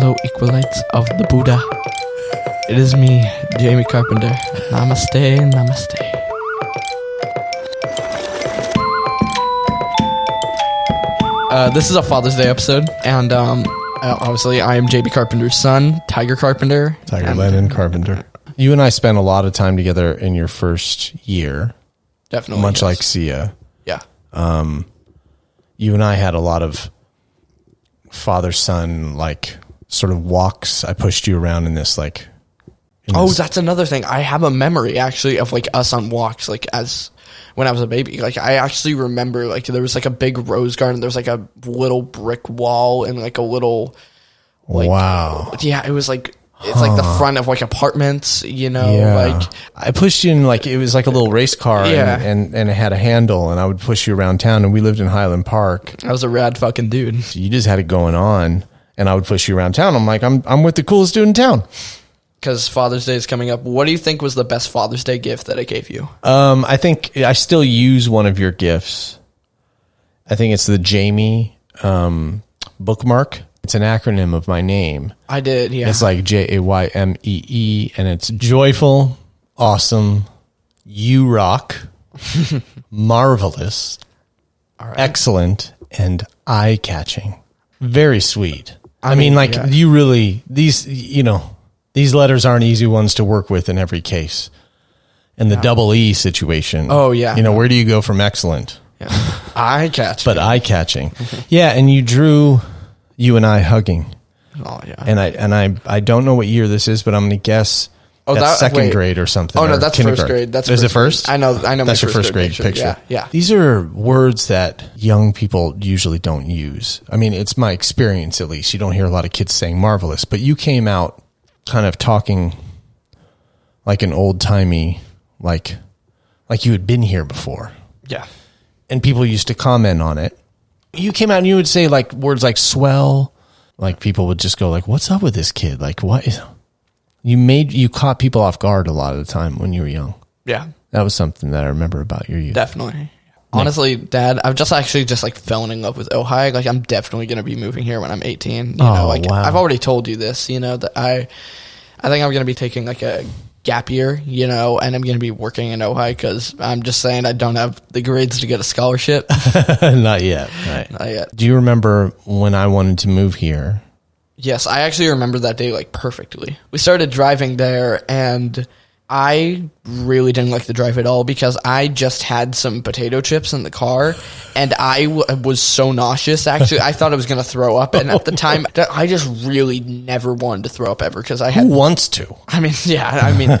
Relics of the Buddha. It is me, Jamie Carpenter. Namaste, namaste. Uh, this is a Father's Day episode, and um, uh, obviously I am JB Carpenter's son, Tiger Carpenter. Tiger and Lennon Carpenter. You and I spent a lot of time together in your first year, Definitely. much Oh, yes. like Sia. Yeah. You and I had a lot of father son like sort of walks. I pushed you around in this like in Oh, this- that's another thing. I have a memory actually of like us on walks, like as when I was a baby. Like I actually remember like there was like a big rose garden. There was like a little brick wall and like a little wow. yeah. It was like it's like the front of like apartments. You know, Yeah. oh, like I pushed you in like it was like a little race car Yeah. and, and and it had a handle and I would push you around town and we lived in Highland Park. I was a rad fucking dude. You just had it going on and I would push you around town. I'm like I'm I'm with the coolest dude in town. Because Father's Day is coming up. What do you think was the best Father's Day gift that I gave you? Um, I think I still use one of your gifts. I think it's the Jamie um, bookmark. It's an acronym of my name. I did. Yeah. It's like J A Y M E E, and it's joyful, awesome, you rock, marvelous, excellent, and eye catching. Very sweet. I, mean, like yeah. you really these you know these letters aren't easy ones to work with in every case. And the double E situation. Oh, yeah. You know where do you go from excellent? I catch. But eye catching. yeah, and you drew you and I hugging oh yeah. and I and I I don't know what year this is, but I'm gonna guess Oh, that's that- second wait. grade or something. Oh no, or that's first uh, kindergarten. grade. That's is it grade. first? I know. I know. my That's your first grade picture. Yeah. yeah. These are words that young people usually don't use. I mean, it's my experience at least. You don't hear a lot of kids saying marvelous, but you came out kind of talking like an old timey, like like you had been here before Yeah. and people used to comment on it. You came out and you would say like words like swell, like people would just go like, "What's up with this kid?" Like, what? Is... You made you caught people off guard a lot of the time when you were young. Yeah. That was something that I remember about your youth. Definitely. Honestly, Dad, I've just actually just like fallen in love with Ohio. Like, I'm definitely gonna be moving here when I'm 18. You know, Oh, like wow. I've already told you this. You know that I, I think I'm gonna be taking like a gap year. You know, and I'm gonna be working in Ohio because I'm just saying I don't have the grades to get a scholarship. Not yet. Right. Not yet. Do you remember when I wanted to move here? Yes, I actually remember that day like perfectly. We started driving there and I really didn't like the drive at all because I just had some potato chips in the car and I w- was so nauseous actually. I thought I was going to throw up and at the time I just really never wanted to throw up ever because I Who had wants to? I mean yeah, I mean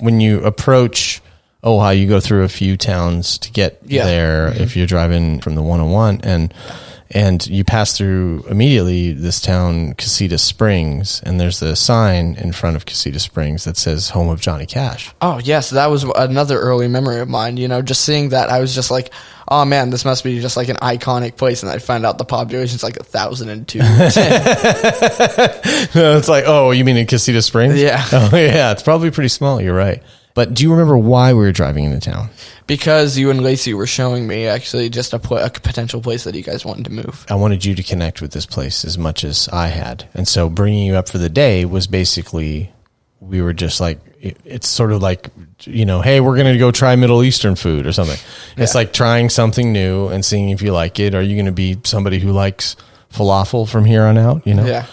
When you approach Ohio, you go through a few towns to get Yeah. Mm-hmm. there if you're driving from the 101 and and you pass through immediately this town Casita Springs and there's the sign in front of Casita Springs that says home of Johnny Cash. Oh yes, that was another early memory of mine. You know, just seeing that, I was just like, "Oh man, this must be just like an iconic place." And I found out the population's like a thousand and two. it's like, "Oh, you mean in Casita Springs?" Yeah. Oh yeah, it's probably pretty small, you're right. But do you remember why we were driving into town? because you and Lacey were showing me actually just a, pl- a potential place that you guys wanted to move. I wanted you to connect with this place as much as I had. And so bringing you up for the day was basically, we were just like, it, it's sort of like, you know, hey, we're going to go try Middle Eastern food or something. It's like trying something new and seeing if you like it. Are you going to be somebody who likes falafel from here on out, you know? Yeah.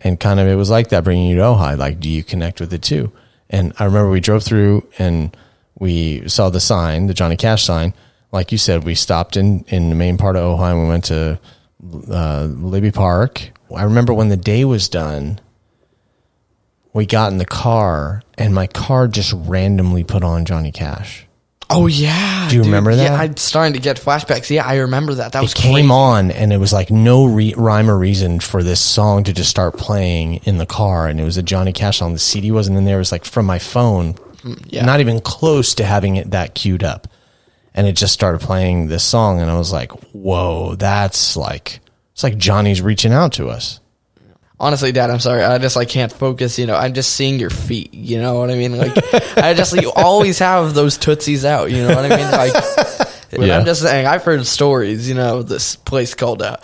and kind of it was like that bringing you to Ojai. Like, do you connect with it too? And I remember we drove through and we saw the sign, the Johnny Cash sign. Like you said, we stopped in in the main part of Ojai and we went to uh, Libby Park. I remember when the day was done, we got in the car and my car just randomly put on Johnny Cash. Oh yeah. Do you remember that? Yeah, I'm starting to get flashbacks. Yeah, I remember that. That was it came crazy. on and it was like no re- rhyme or reason for this song to just start playing in the car and it was a johnny cash song the cd wasn't in there it was like from my phone Mm, yeah. not even close to having it that queued up and it just started playing this song and i was like whoa that's like it's like johnny's reaching out to us Honestly, Dad, I'm sorry. I just like can't focus. You know, I'm just seeing your feet. You know what I mean? Like, I just like you always have those tootsies out. You know what I mean? Like, but Yeah. I'm just saying. I've heard stories. You know, this place called uh,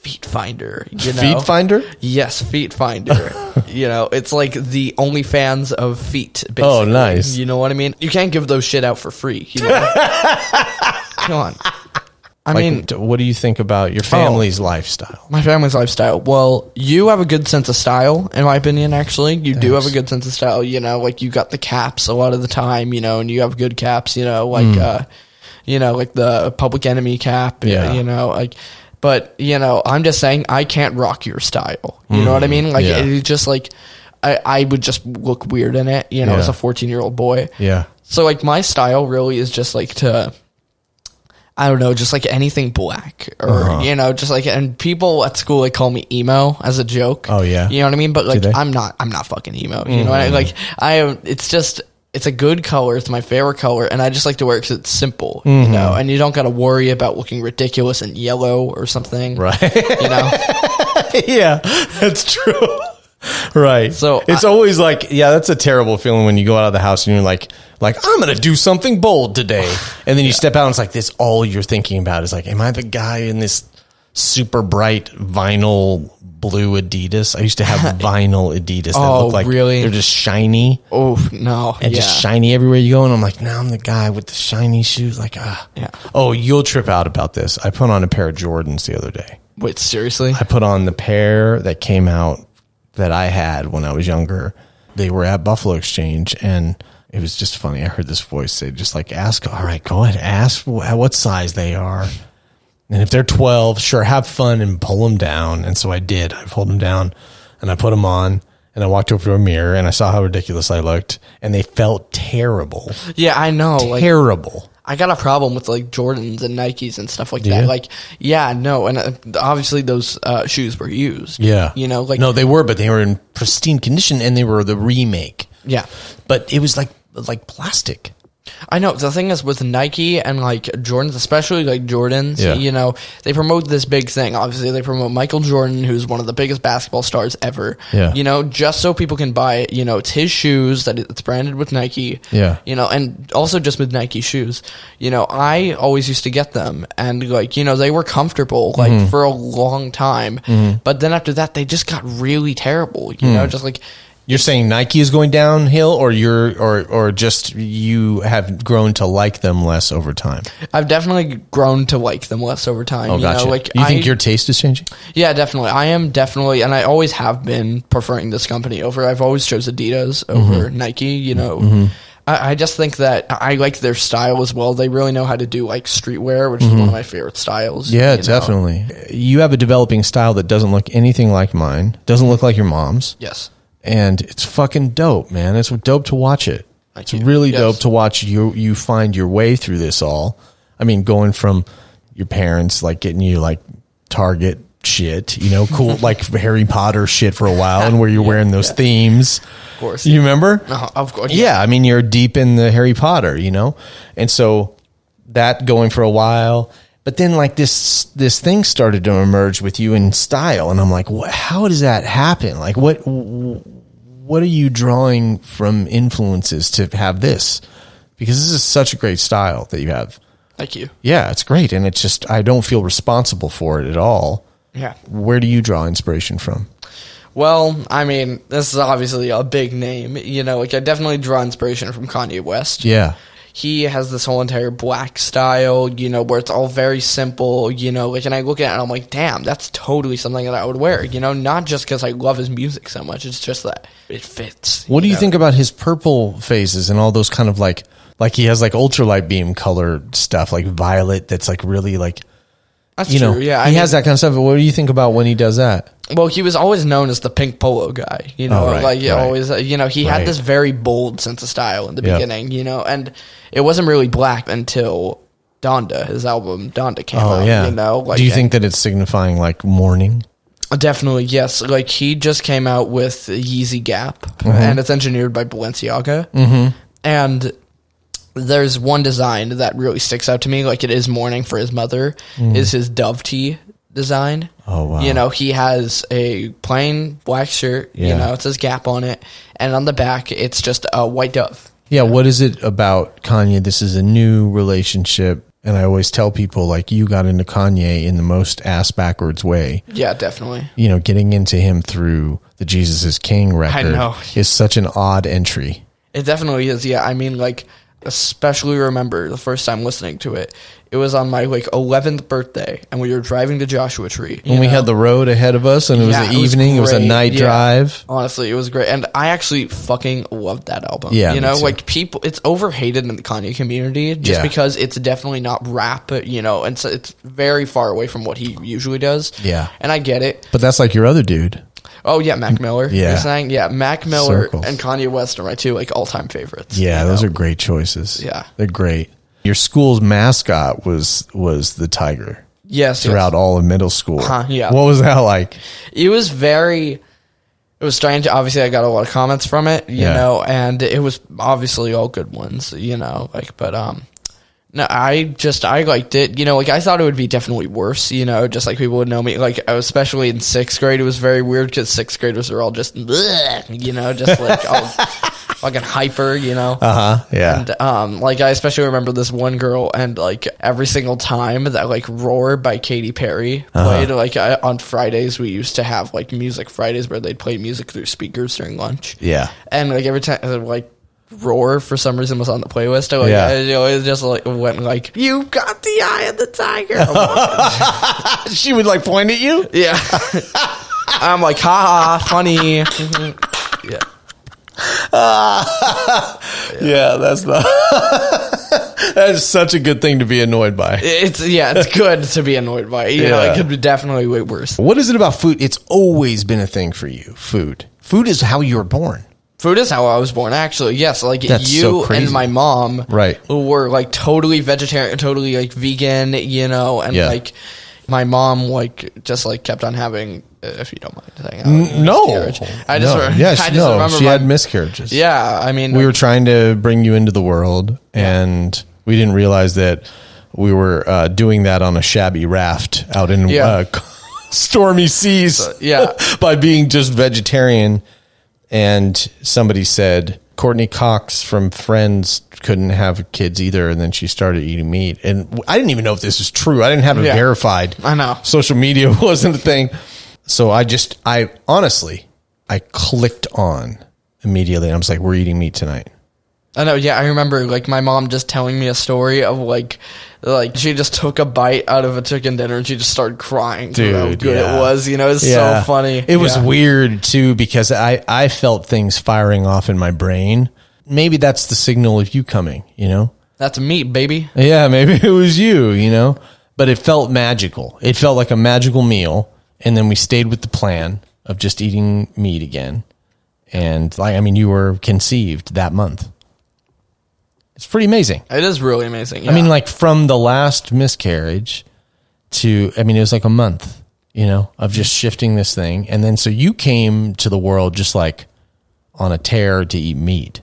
Feet Finder. You know? Feed finder. Yes, Feet Finder. you know, it's like the OnlyFans of feet. Basically. Oh, nice. You know what I mean? You can't give those shit out for free. You know? Come on. I Like, mean, oh. d- what do you think about your family's lifestyle? my family's lifestyle. Well, you have a good sense of style, in my opinion. Actually, you do have a good sense of style. You know, like you got the caps a lot of the time. You know, and you have good caps. You know, like Mm. uh, you know, like the Public Enemy cap. Yeah. Yeah. You know, like. But you know, I'm just saying I can't rock your style. You know what I mean? Like Mm. yeah. it's just like I, I would just look weird in it. You know, as Yeah. a 14 year old boy. Yeah. So like my style really is just like to I don't know, just like anything black or Uh-huh. you know, just like and people at school like call me emo as a joke. Oh, yeah. You know what I mean? But like they? Mm-hmm. I'm not I'm not fucking emo. You know what I like I am it's just it's a good color. It's my favorite color, and I just like to wear it 'cause it's simple, Mm-hmm. you know. And you don't got to worry about looking ridiculous in yellow or something, Right. You know, yeah, that's true. right. So, it's always like, yeah, that's a terrible feeling when you go out of the house and you're like, like I'm gonna do something bold today, and then you step out and it's like this. All you're thinking about is like, am I the guy in this super bright vinyl blue Adidas? I used to have vinyl Adidas that Oh, looked like really? they're just shiny oh no, and yeah, just shiny everywhere you go. And I'm like, now I'm the guy with the shiny shoes. Like, ah, Yeah. Oh, you'll trip out about this. I put on a pair of Jordans the other day. wait, seriously, I put on the pair that came out that I had when I was younger. They were at Buffalo Exchange, and it was just funny. I heard this voice say, "Just like ask, all right, go ahead, ask wh- what size they are, and if they're twelve, sure, have fun and pull them down." And so I did. I pulled them down, and I put them on. And I walked over to a mirror and I saw how ridiculous I looked, and they felt terrible, yeah, I know, like terrible. I got a problem with like Jordans and Nikes and stuff like you? that. Like, yeah, no, and uh, obviously those uh, shoes were used. Yeah, you know, like no, they were, but they were in pristine condition, and they were the remake. yeah, but it was like like plastic. I know. The thing is with Nike and like Jordans, especially like Jordans, Yeah. you know, they promote this big thing. Obviously, they promote Michael Jordan, who's one of the biggest basketball stars ever. Yeah. you know, just so people can buy it. You know, it's his shoes that it's branded with Nike. Yeah. you know, and also just with Nike shoes. You know, I always used to get them, and like you know, they were comfortable like Mm-hmm. for a long time. But then after that, they just got really terrible. Mm. You know, just like You're saying Nike is going downhill, or you're or or just you have grown to like them less over time. I've definitely grown to like them less over time. Oh, you gotcha. know, like you think I- your taste is changing? Yeah, definitely. I am definitely, and I always have been preferring this company over. I've always chose Adidas over Mm-hmm. Nike. You know, I, I just think that I like their style as well. They really know how to do like streetwear, which is one of my favorite styles. you know. Mm-hmm. definitely. You have a developing style that doesn't look anything like mine. Doesn't look like your mom's. Yes. and it's fucking dope, man. It's dope to watch it. It's you. really Yes. dope to watch you you find your way through this all. I mean, going from your parents like getting you like Target shit, you know, cool like Harry Potter shit for a while, and where you're wearing those themes. Of course. you remember? Uh, of course. yeah, I mean, you're deep in the Harry Potter, you know, and so that going for a while, but then like this this thing started to emerge with you in style, and I'm like, what, how does that happen? Like, what what are you drawing from influences to have this? Because this is such a great style that you have. Thank you. Yeah, it's great, and it's just I don't feel responsible for it at all. Yeah. Where do you draw inspiration from? Well, I mean, this is obviously a big name. You know, like I definitely draw inspiration from Kanye West. Yeah, he has this whole entire black style, you know, where it's all very simple, you know, like, and I look at it and I'm like, damn, that's totally something that I would wear, you know, not just because I love his music so much. It's just that it fits. What do you know? think about his purple phases and all those kind of like like he has like ultralight beam color stuff like violet that's like really like That's you true. know yeah. he has that kind of stuff. What do you think about when he does that? Well, he was always known as the pink polo guy, you know, Oh, right, like you right. always, you know, he Right. had this very bold sense of style in the Yep. beginning, you know, and it wasn't really black until Donda, his album Donda came Oh out, yeah. Um, you know, do you and- think that it's signifying like mourning? Definitely, yes. Like he just came out with Yeezy Gap, Uh-huh. and it's engineered by Balenciaga. Mm-hmm. And there's one design that really sticks out to me. Like it is mourning for his mother. Is his dove tee design? Mm. Oh, wow. You know he has a plain black shirt. You Yeah. know it says Gap on it, and on the back it's just a white dove. Yeah, what is it about Kanye? This is a new relationship And I always tell people like you got into Kanye in the most ass backwards way. Yeah, definitely. You know, getting into him through the Jesus is King record know. is such an odd entry. It definitely is. Yeah, I mean, like, especially remember the first time listening to it. It was on my like eleventh birthday, and we were driving to Joshua Tree. When we had the road ahead of us and it was Yeah, the it was evening, it was a great. night Yeah. drive. Honestly, it was great, and I actually fucking loved that album. Yeah, you me know, too. like people, it's overhated in the Kanye community just Yeah. because it's definitely not rap, but, you know, and so it's very far away from what he usually does. Yeah. and I get it. But that's like your other dude. Oh yeah, Mac Miller. Yeah. you're saying yeah, Mac Miller Circles. and Kanye West are my two like all time favorites. Yeah, you those know? are great choices. Yeah. They're great. Your school's mascot was was the tiger yes. yes. throughout all of middle school. Huh, yeah. What was that like? it was very it was strange obviously i got a lot of comments from it you Yeah. know and it was obviously all good ones you know like but um no i just i liked it you know like i thought it would be definitely worse you know just like people would know me like especially in sixth grade it was very weird because sixth graders are all just "Bleh," you know just like all fucking hyper you know Uh-huh. Yeah. and um, like I especially remember this one girl, and like every single time that like "Roar" by Katy Perry Uh-huh. played, like I, on Fridays we used to have like music Fridays where they'd play music through speakers during lunch, yeah. and like every time uh, like "Roar" for some reason was on the playlist, I like Yeah. I always just like went like "You got the eye of the tiger," I'm Oh, like, she would like point at you. yeah. I'm like, ha ha, funny. yeah. Yeah, that's not. that's such a good thing to be annoyed by. It's yeah, it's good to be annoyed by. You know, Yeah. it could be definitely way worse. What is it about food? It's always been a thing for you. Food. Food is how you were born. Food is how I was born, actually. Yes, like That's you so crazy. and my mom, Right. were like totally vegetarian, totally like vegan, you know, and Yeah. like my mom like just like kept on having, uh, if you don't mind saying, that, miscarriage. I just, No. re- yes, I just no. remember she my- had miscarriages. yeah, I mean, we were trying to bring you into the world, and we didn't realize that we were uh, doing that on a shabby raft out in Yeah. uh, stormy seas. yeah. by being just vegetarian. And somebody said Courtney Cox from Friends couldn't have kids either, and then she started eating meat. And w- I didn't even know if this is true. I didn't have it Yeah. verified. I know. social media wasn't a thing. So I just, I honestly, I clicked on immediately. and I was like, "We're eating meat tonight." I know, yeah, I remember like my mom just telling me a story of like, like she just took a bite out of a chicken dinner and she just started crying. 'cause of how Dude, good yeah. it was, you know, it's Yeah. so funny. It was Yeah. weird too because I I felt things firing off in my brain. Maybe that's the signal of you coming. You know. That's meat, baby. Yeah, maybe it was you, you know? But it felt magical. It felt like a magical meal. And then we stayed with the plan of just eating meat again. And like, I mean, you were conceived that month. It's pretty amazing. It is really amazing. I mean, yeah. like from the last miscarriage to, I mean, it was like a month, you know, of just shifting this thing. And then so you came to the world just like on a tear to eat meat.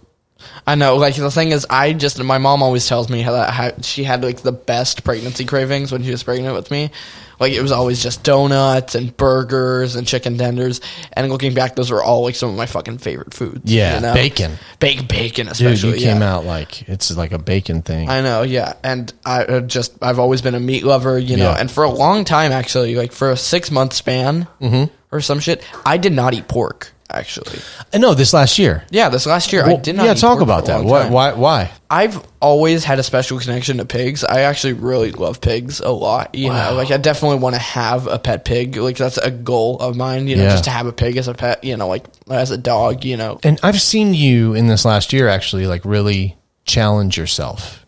I know. Like the thing is, I just my mom always tells me how that how she had like the best pregnancy cravings when she was pregnant with me. Like it was always just donuts and burgers and chicken tenders. And looking back, those were all like some of my fucking favorite foods. Yeah, bacon. baked bacon, Dude, especially. you came yeah. out like it's like a bacon thing. I know, yeah, and I uh, just I've always been a meat lover, you know, Yeah. and for a long time actually, like for a six month span Mm-hmm. or some shit, I did not eat pork actually. I know this last year. Yeah, this last year I did not. yeah, eat pork talk for about a that. long Why, time. why? Why? I've always had a special connection to pigs. I actually really love pigs a lot. You know, like I definitely want to have a pet pig. Like that's a goal of mine. You know, Yeah. just to have a pig as a pet. You know, like as a dog. You know, And I've seen you in this last year actually, like really challenge yourself.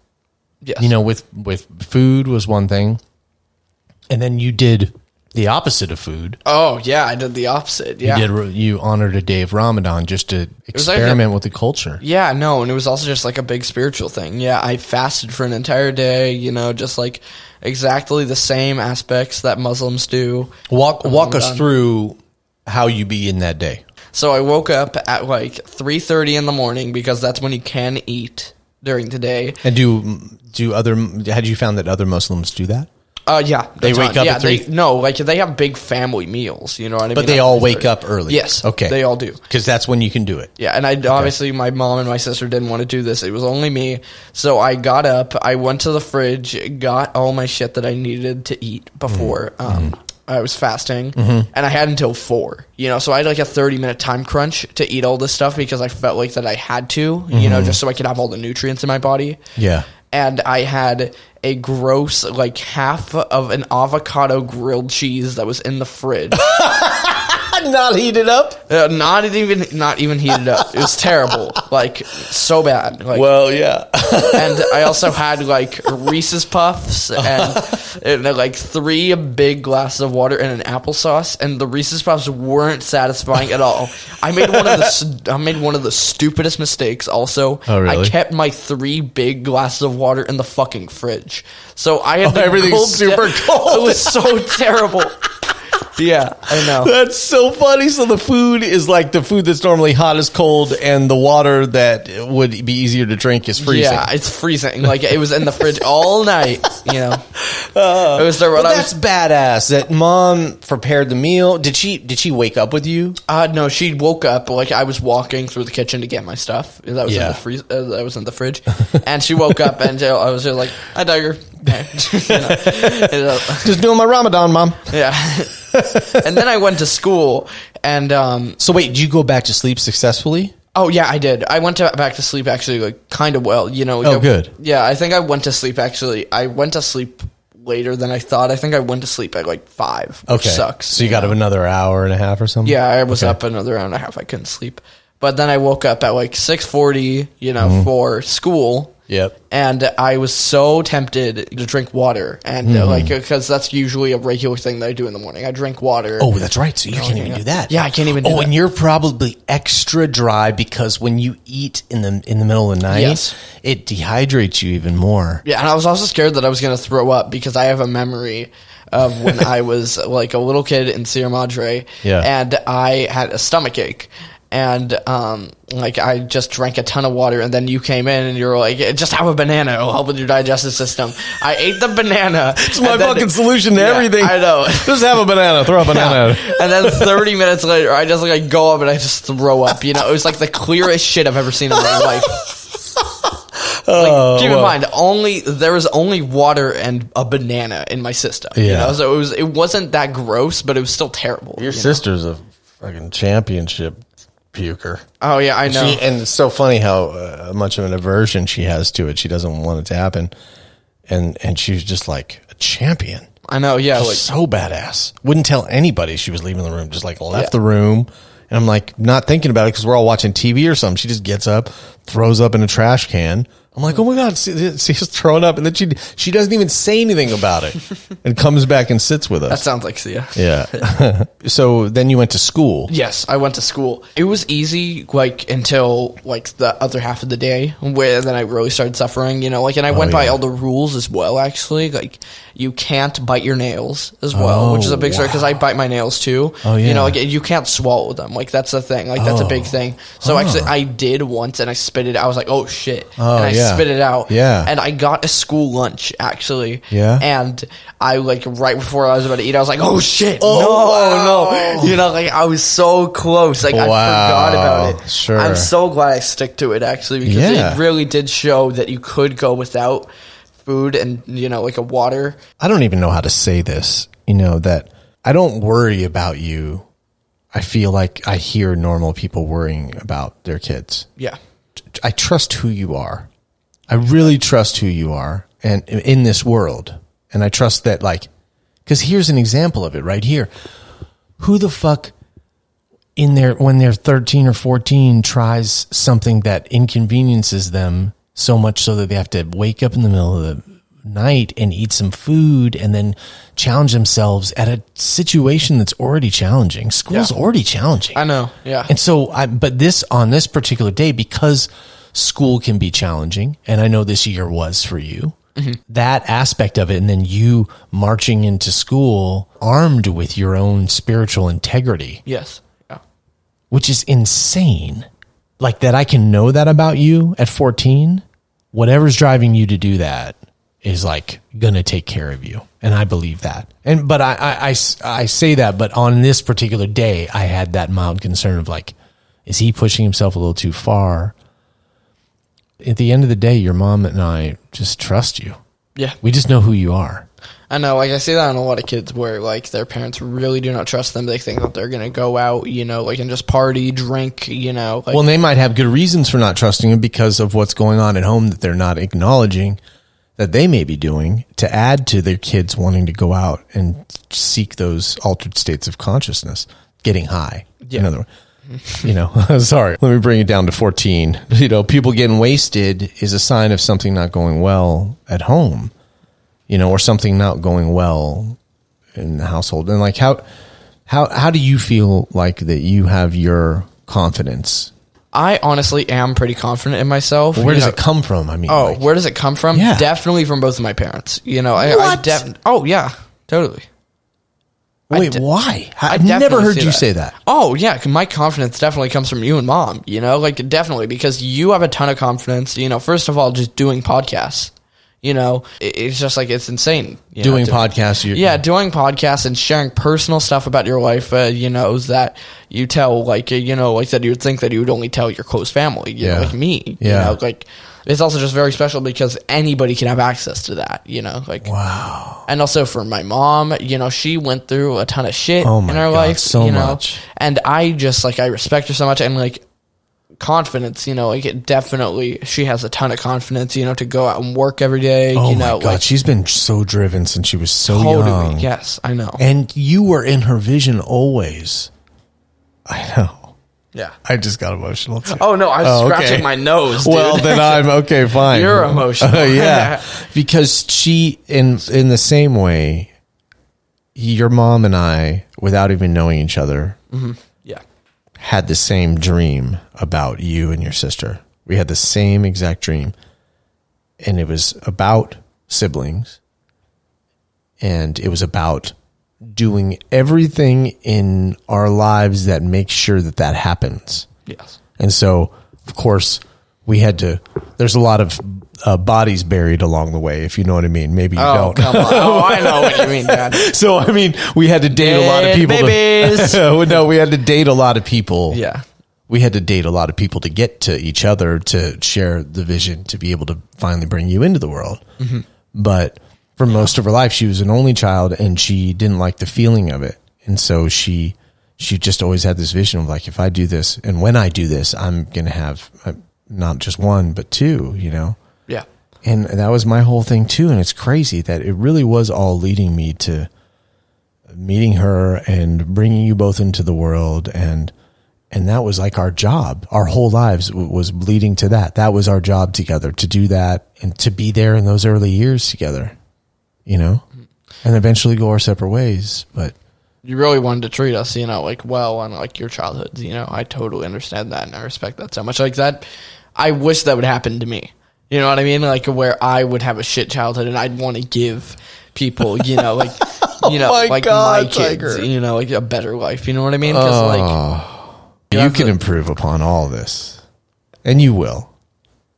yes, You know, with with food was one thing, and then you did the opposite of food. Oh yeah, I did the opposite. Yeah, You did you honored a day of Ramadan just to was like experiment with the culture. Yeah, no, and it was also just like a big spiritual thing. Yeah, I fasted for an entire day, you know, just like exactly the same aspects that Muslims do. Walk walk us through how you be in that day. So I woke up at like 3:30 in the morning because that's when you can eat during the day. And do do other had you found that other Muslims do that? Uh, yeah, They a ton. wake up Yeah, at three- They, no, like they have big family meals. You know what I mean? But they At all 3:30. wake up early. Yes. Okay. They all do. Because that's when you can do it. Yeah, and I obviously my mom and my sister didn't want to do this. It was only me. So I got up, I went to the fridge, got all my shit that I needed to eat Mm-hmm. before um, I was fasting, and I had until four. You know, so I had like a thirty minute time crunch to eat all this stuff because I felt like that I had to. You Mm-hmm. know, just so I could have all the nutrients in my body Yeah. and I had a gross like half of an avocado grilled cheese that was in the fridge. Not heated up. Uh, not even not even heated up. It was terrible. Like so bad. Like Well, yeah. and I also had like Reese's puffs and, and, like three big glasses of water and an applesauce and the Reese's puffs weren't satisfying at all. I made one of the st- I made one of the stupidest mistakes also. Oh, really? I kept my three big glasses of water in the fucking fridge. So I had Oh, the everything's super cold. It was so terrible. Yeah, I know. that's so funny. So the food is like the food that's normally hot is cold, and the water that would be easier to drink is freezing. Yeah, it's freezing. Like it was in the fridge all night, you know. it was there when Uh, But I was that's badass. That mom prepared the meal. Did she? Did she wake up with you? Uh, no, she woke up like I was walking through the kitchen to get my stuff. That was in Yeah. the freeze. Uh, that was in the fridge, and she woke up and uh, I was just like, "Hi, Tiger." You know, and, uh, Just doing my Ramadan, mom. yeah. and then I went to school, and um, So wait, did you go back to sleep successfully? oh yeah, I did. I went to, back to sleep actually, like kind of well. You know. Oh, good. Yeah, I think I went to sleep actually. I went to sleep later than I thought. I think I went to sleep at like five, which sucks. So you got another hour and a half or something. Yeah, I was Okay. up another hour and a half. I couldn't sleep. But then I woke up at like 6:40, you know, Mm-hmm. for school. Yep. And I was so tempted to drink water and Mm-hmm. uh, like because that's usually a regular thing that I do in the morning. I drink water. Oh, that's right. So you can't even yeah. do that. Yeah, I can't even do oh, that. and you're probably extra dry because when you eat in the in the middle of the night, Yes. it dehydrates you even more. Yeah, and I was also scared that I was going to throw up because I have a memory of when I was like a little kid in Sierra Madre, Yeah. and I had a stomach ache, and um, like I just drank a ton of water, and then you came in and you were like, "Just have a banana; it'll help with your digestive system." I ate the banana. It's solution to Yeah, I know. Just have a banana. Throw a banana. and then 30 minutes later, I just like go up and I just throw up. You know, it was like the clearest shit I've ever seen in my life. Keep in mind, only there was only water and a banana in my system. you Yeah. know? so it was it wasn't that gross, but it was still terrible. you Your know? sister's a fucking championship puker. Oh yeah, I know. She, and it's so funny how uh, much of an aversion she has to it. She doesn't want it to happen, and and she's just like a champion. I know. Yeah, like so badass. Wouldn't tell anybody she was leaving the room. Just like left the room, and I'm like not thinking about it because we're all watching TV or something. She just gets up, throws up in a trash can. I'm like, oh my god, she, she's throwing up, and then she she doesn't even say anything about it, and comes back and sits with that us. sounds like Sia. yeah. so then you went to school. Yes, I went to school. It was easy, like until like the other half of the day, where then I really started suffering. You know, like, and I went by Oh, yeah. all the rules as well. Actually, like, you can't bite your nails as well, which is a big story because I bite my nails too. Oh, you yeah. Oh. know, like you can't swallow them. Like that's the thing. Like that's a big thing. So actually, I did once, and I spit it. I was like, oh shit, Oh, and I yeah. spit it out. Yeah. and I got a school lunch actually. Yeah. and I like right before I was about to eat, I was like, oh shit, wow. no, no. You know, like I was so close. Like I Wow. forgot about it. Sure. I'm so glad I stick to it actually because Yeah. it really did show that you could go without food and you know like a water. I don't even know how to say this, you know, that I don't worry about you. I feel like I hear normal people worrying about their kids. Yeah. I trust who you are. I really trust who you are and in this world. And I trust that like cuz here's an example of it right here. Who the fuck in their when they're 13 or 14 tries something that inconveniences them so much so that they have to wake up in the middle of the night and eat some food and then challenge themselves at a situation that's already challenging. School's already challenging. I know. Yeah. And so I but this on this particular day because school can be challenging and I know this year was for you. Mm-hmm. That aspect of it and then you marching into school armed with your own spiritual integrity, yes. Yeah. which is insane. Like that I can know that about you at 14, whatever's driving you to do that is like gonna take care of you, and I believe that. And but I I- I s- I say that, but on this particular day, I had that mild concern of like, is he pushing himself a little too far? At the end of the day, your mom and I just trust you. Yeah. We just know who you are. I know, like I see that on a lot of kids where like their parents really do not trust them. They think that they're gonna go out, you know, like and just party, drink, you know, like Well, and they might have good reasons for not trusting him because of what's going on at home that they're not acknowledging that they may be doing to add to their kids wanting to go out and seek those altered states of consciousness, getting high. In other words, you know, sorry, let me bring it down to 14. You know, people getting wasted is a sign of something not going well at home, you know, or something not going well in the household. And like, how, how, how do you feel like that you have your confidence I honestly am pretty confident in myself. where you does know. it come from? I mean, Oh, like, where does it come from? Yeah. Definitely from both of my parents. You know, I, I What? def- oh yeah, totally. wait, de- why? I I've never definitely heard see you that. say that. Oh yeah, 'cause my confidence definitely comes from you and mom. You know, like definitely because you have a ton of confidence. You know, first of all, just doing podcasts. You know, it, it's just like it's insane. you know, Doing to- podcasts, you, yeah, doing podcasts and sharing personal stuff about your life. Uh, you know, is that you tell like uh, you know like that you would think that you would only tell your close family. You Yeah. know, like me. Yeah. You know, like it's also just very special because anybody can have access to that. You know, like Wow. and also for my mom, you know, she went through a ton of shit Oh my in her God, life, so you know, much. and I just like I respect her so much, and like confidence, you know, like it definitely she has a ton of confidence, you know, to go out and work every day, Oh you my know, God, she's been so driven since she was so like totally, young, yes, I know, and you were in her vision always. I know. yeah. I just got emotional. Too. Oh no, I was Oh, okay. scratching my nose. Dude. Well, then I'm okay. Fine. You're emotional. yeah, because she in in the same way, your mom and I, without even knowing each other, yeah, had the same dream about you and your sister. We had the same exact dream. And it was about siblings. And it was about doing everything in our lives that makes sure that that happens. yes, And so, of course, we had to. There's a lot of uh, bodies buried along the way, if you know what I mean. Maybe you oh don't. come on, oh I know what you mean, Dad. So I mean, we had to date a lot of Dead people. babies. To, no, we had to date a lot of people. Yeah. we had to date a lot of people to get to each other to share the vision to be able to finally bring you into the world. But for most of her life, she was an only child, and she didn't like the feeling of it, and so she she just always had this vision of like, if I do this, and when I do this, I'm gonna have uh, not just one but two, you know. Yeah, And that was my whole thing too. And it's crazy that it really was all leading me to meeting her and bringing you both into the world. And, and that was like our job. Our whole lives w- was leading to that. That was our job together to do that and to be there in those early years together, you know, and eventually go our separate ways. But you really wanted to treat us, you know, like well on like your childhoods, you know. I totally understand that and I respect that so much. Like that I wish that would happen to me. You know what I mean? Like where I would have a shit childhood and I'd want to give people, you know, like you know, Oh my like my God, kids, Tiger. Uh. you know, like a better life. You know what I mean? Because like Ah. you, have can to- improve upon all this and you will.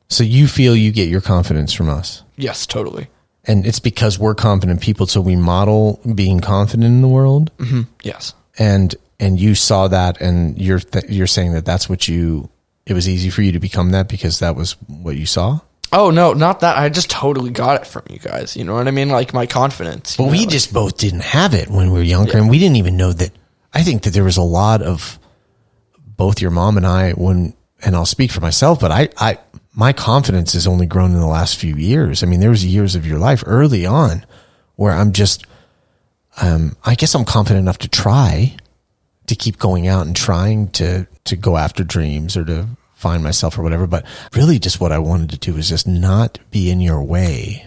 So you feel you get your confidence from us. yes, totally. and it's because we're confident people so we model being confident in the world Yes. and and you saw that and you're th- you're saying that that's what you it was easy for you to become that because that was what you saw Oh no, not that. I just totally got it from you guys. You know what I mean? Like my confidence. you but we know, like- just both didn't have it when we were younger and we didn't even know that i think that there was a lot of both your mom and i when and i'll speak for myself but i i my confidence has only grown in the last few years i mean there was years of your life early on where i'm just um i guess i'm confident enough to try to keep going out and trying to to go after dreams or to find myself or whatever but really just what i wanted to do was just not be in your way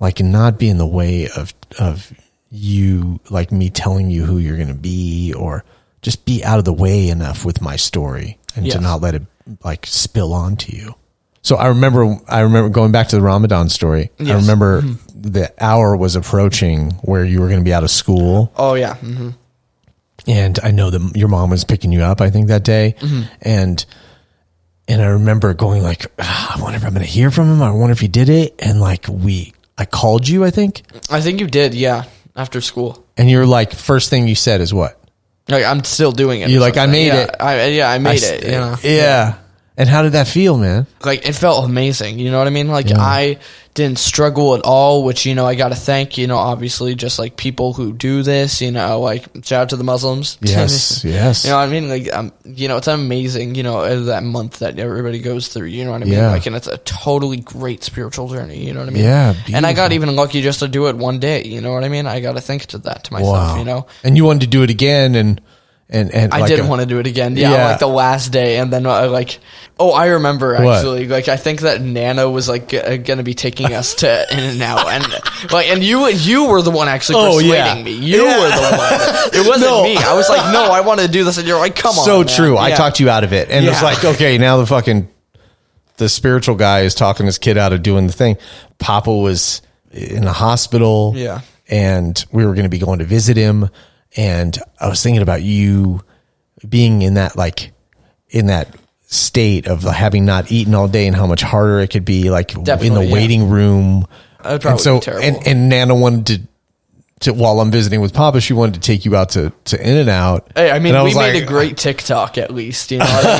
like not be in the way of of you like me telling you who you're going to be or just be out of the way enough with my story and to Yes. not let it like spill onto you so i remember i remember going back to the ramadan story i Yes. Mm-hmm. remember the hour was approaching where you were going to be out of school Oh yeah. hmm and I know that your mom was picking you up. I think that day, Mm-hmm. and and I remember going like, "Ah, I wonder if I'm going to hear from him. I wonder if he did it. And like we, I called you, I think, I think you did, yeah, after school. and you're like, first thing you said is what? Like I'm still doing it. You're or like, I something. made Yeah, it. I, yeah, I I made s- it. Yeah. yeah. And how did that feel, man? like it felt amazing. You know what I mean? Like I didn't struggle at all, which you know I got to thank. You know, obviously, just like people who do this. You know, like shout out to the Muslims. Yes, yes. You know what I mean? Like, um, you know, it's amazing. You know, uh, that month that everybody goes through. You know what I mean? Yeah. Like, and it's a totally great spiritual journey. You know what I mean? Yeah, And I got beautiful. even lucky just to do it one day. You know what I mean? I got to think to that to myself. You know, And you wanted to do it again, and and and I like didn't a- want to do it again. Yeah, Yeah. like the last day, and then uh, like, oh, I remember What? actually. Like, I think that Nana was like g- uh, gonna be taking us to In and Out, and like, and you you were the one actually Oh, persuading yeah. me. You Yeah. were the one. It wasn't No. me. I was like, no, I want to do this, and you're like, come on. so man. true. I Yeah. talked you out of it, and it's Yeah. like, okay, now the fucking the spiritual guy is talking his kid out of doing the thing. Papa was in the hospital, Yeah. and we were going to be going to visit him, and I was thinking about you being in that like in that state of having not eaten all day and how much harder it could be like in the Definitely, yeah. waiting room That'd and probably so be terrible. and, and nana wanted to to, while I'm visiting with Papa, she wanted to take you out to, to In and Out. Hey, I mean, and we was made a great TikTck at least. You know what I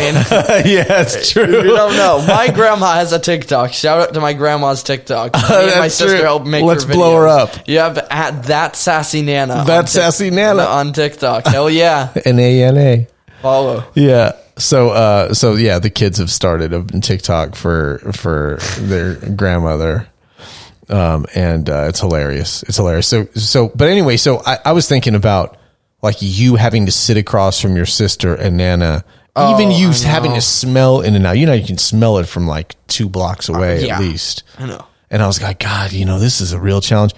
mean? yeah, it's true. You don't know. My grandma has a TikTok. Shout out to my grandma's TikTok. Me and my That's sister true. helped make. Let's her blow her videos. up. Yep, at that sassy nana. on That Tik- sassy Nana. on TikTok. Hell yeah, N A N A. follow. Yeah. So, uh, so yeah, the kids have started a TikTok for for their grandmother, um, and uh, it's hilarious. It's hilarious. So, so, but anyway, so I, I was thinking about like you having to sit across from your sister and Nana. Oh, Even you having to smell in and out, you know, you can smell it from like two blocks away Uh, yeah. at least. I know And I was like, God, you know, this is a real challenge.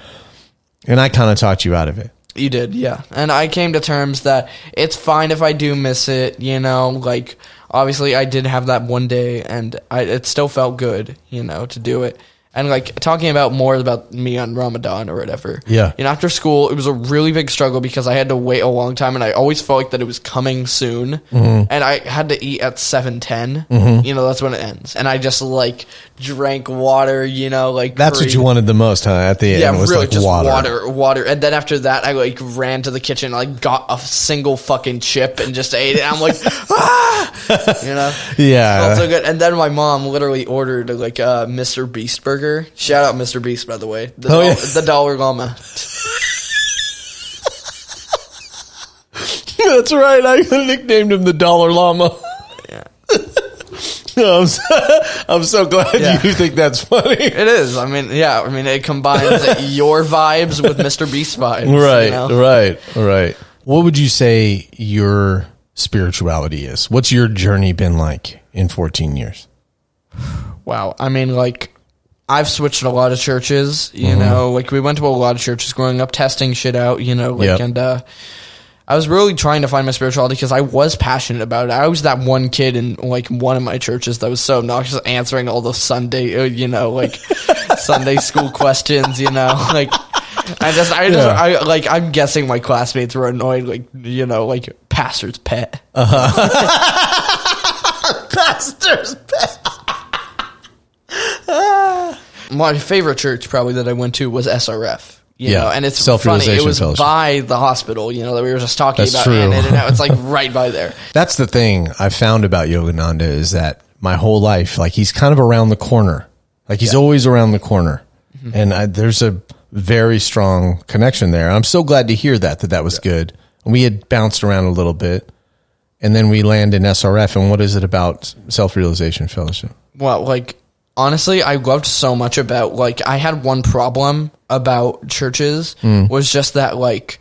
And I kind of talked you out of it. you did. Yeah, and I came to terms that it's fine if I do miss it. You know, like obviously I did have that one day, and I it still felt good. You know, to do it. And like talking about more about me on Ramadan or whatever. Yeah. You know, after school, it was a really big struggle because I had to wait a long time, and I always felt like that it was coming soon. Mm-hmm. And I had to eat at seven You know, that's when it ends. And I just like drank water. You know, like That's what crazy. you wanted the most, huh? At the Yeah, end, it was really, like just water. water. water, And then after that, I like ran to the kitchen, like got a single fucking chip and just ate it. I'm like, ah, you know, Yeah. felt so good. And then my mom literally ordered like a Mr. Beast burger. Shout out Mr. Beast, by the way, the, Oh, dol- yeah. the Dollar Llama. That's right. I nicknamed him the Dollar Llama. No, I'm, so, I'm so glad Yeah. you think that's funny. It is. I mean, yeah. I mean, it combines your vibes with Mr. Beast vibes. you Right, know? right, right. What would you say your spirituality is? What's your journey been like in 14 years? Wow. I mean, like, I've switched a lot of churches, you Mm-hmm. know, like, we went to a lot of churches growing up, testing shit out, you know, like, Yep. and, uh, I was really trying to find my spirituality because I was passionate about it. I was that one kid in like one of my churches that was so obnoxious, answering all the Sunday, uh, you know, like Sunday school questions. You know, like I just, I just, Yeah. I like, I'm guessing my classmates were annoyed, like you know, like pastor's pet. Pastors. my favorite church probably that I went to was SRF. You Yeah, know, and it's funny. Self-Realization It was Fellowship. by the hospital, you know, that we were just talking That's about. true. And, in and out. It's like right by there. That's the thing I found about Yogananda is that my whole life, like he's kind of around the corner. Like he's always around the corner. And I, there's a very strong connection there. I'm so glad to hear that, that that was good. And we had bounced around a little bit and then we land in SRF. And what is it about self-realization fellowship? Well, like honestly, I loved so much about like I had one problem about churches Hmm. was just that like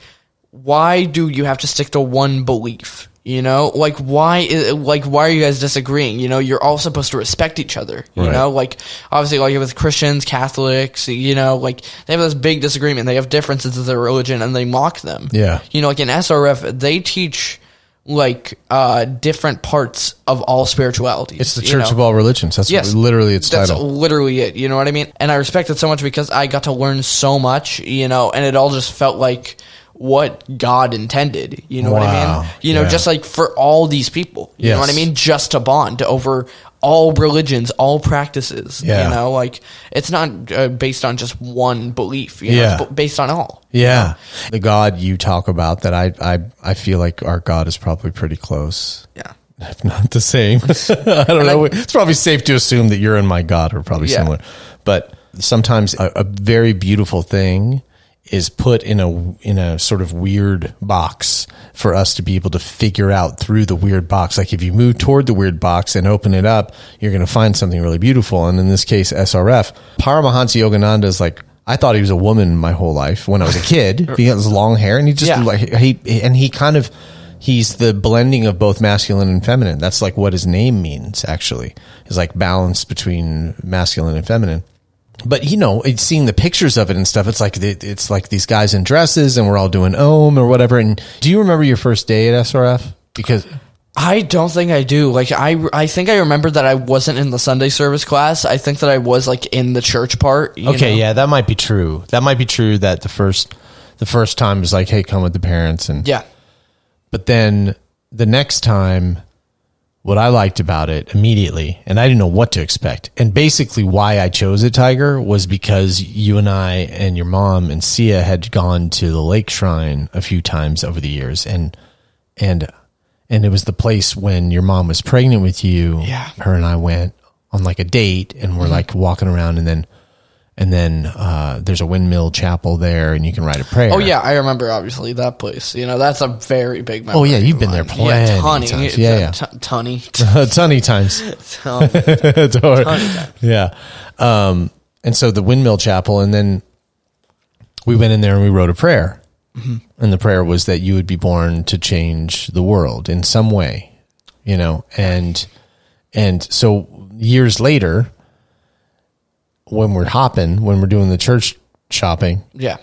why do you have to stick to one belief? You know, like why? i- Like why are you guys disagreeing? You know, you're all supposed to respect each other. You Right. know, like obviously, like with Christians, Catholics, you know, like they have this big disagreement. They have differences in their religion, and they mock them. Yeah. you know, like in SRF, they teach like uh different parts of all spirituality. It's the church of all religions. That's Yes. literally its That's title. literally it. You know what I mean? And I respect it so much because I got to learn so much, you know, and it all just felt like what God intended. You know what I Wow, mean? You know, yeah. just like for all these people. You know what I Yes. mean? Just to bond over all religions, all practices. Yeah. You know, like it's not uh, based on just one belief. You know, Yeah. It's b- based on all. Yeah. The God you talk about that I, I, I feel like our God is probably pretty close. Yeah. If not the same. I don't know. it's probably safe to assume that you're and my God are probably Yeah. similar. But sometimes a, a very beautiful thing is put in a in a sort of weird box for us to be able to figure out through the weird box. Like if you move toward the weird box and open it up, you're going to find something really beautiful. And in this case, SRF Paramahansa Yogananda is like. I thought he was a woman my whole life when I was a kid. he has long hair and he just Yeah. like he and he kind of he's the blending of both masculine and feminine. That's like what his name means actually. Is like balance between masculine and feminine. But you know, it's seeing the pictures of it and stuff, it's like it- it's like these guys in dresses and we're all doing ohm or whatever. And do you remember your first day at SRF? Because I don't think I do. Like I, I think I remember that I wasn't in the Sunday service class. I think that I was like in the church part. you okay, know? yeah, that might be true. That might be true that the first the first time was like, hey, come with the parents and yeah, But then the next time, what I liked about it immediately, and I didn't know what to expect. And basically, why I chose it, Tiger, was because you and I and your mom and Sia had gone to the lake shrine a few times over the years. And, and, and it was the place when your mom was pregnant with you. Yeah. Mm-hmm. Her and I went on like a date and we're like walking around and then, and then uh, there's a windmill chapel there and you can write a prayer. Oh yeah, I remember obviously that place. You know, that's a very big. Memory Oh, yeah, you've of been there mine. plenty Yeah, Tunny, times. It's Yeah, a yeah. Tu- Tunny, Tony times. Tunny. Door. Yeah. Um, and so the windmill chapel, and then we went in there and we wrote a prayer. And the prayer was that you would be born to change the world in some way, you know, and, and so years later, when we're hopping, when we're doing the church shopping, yeah,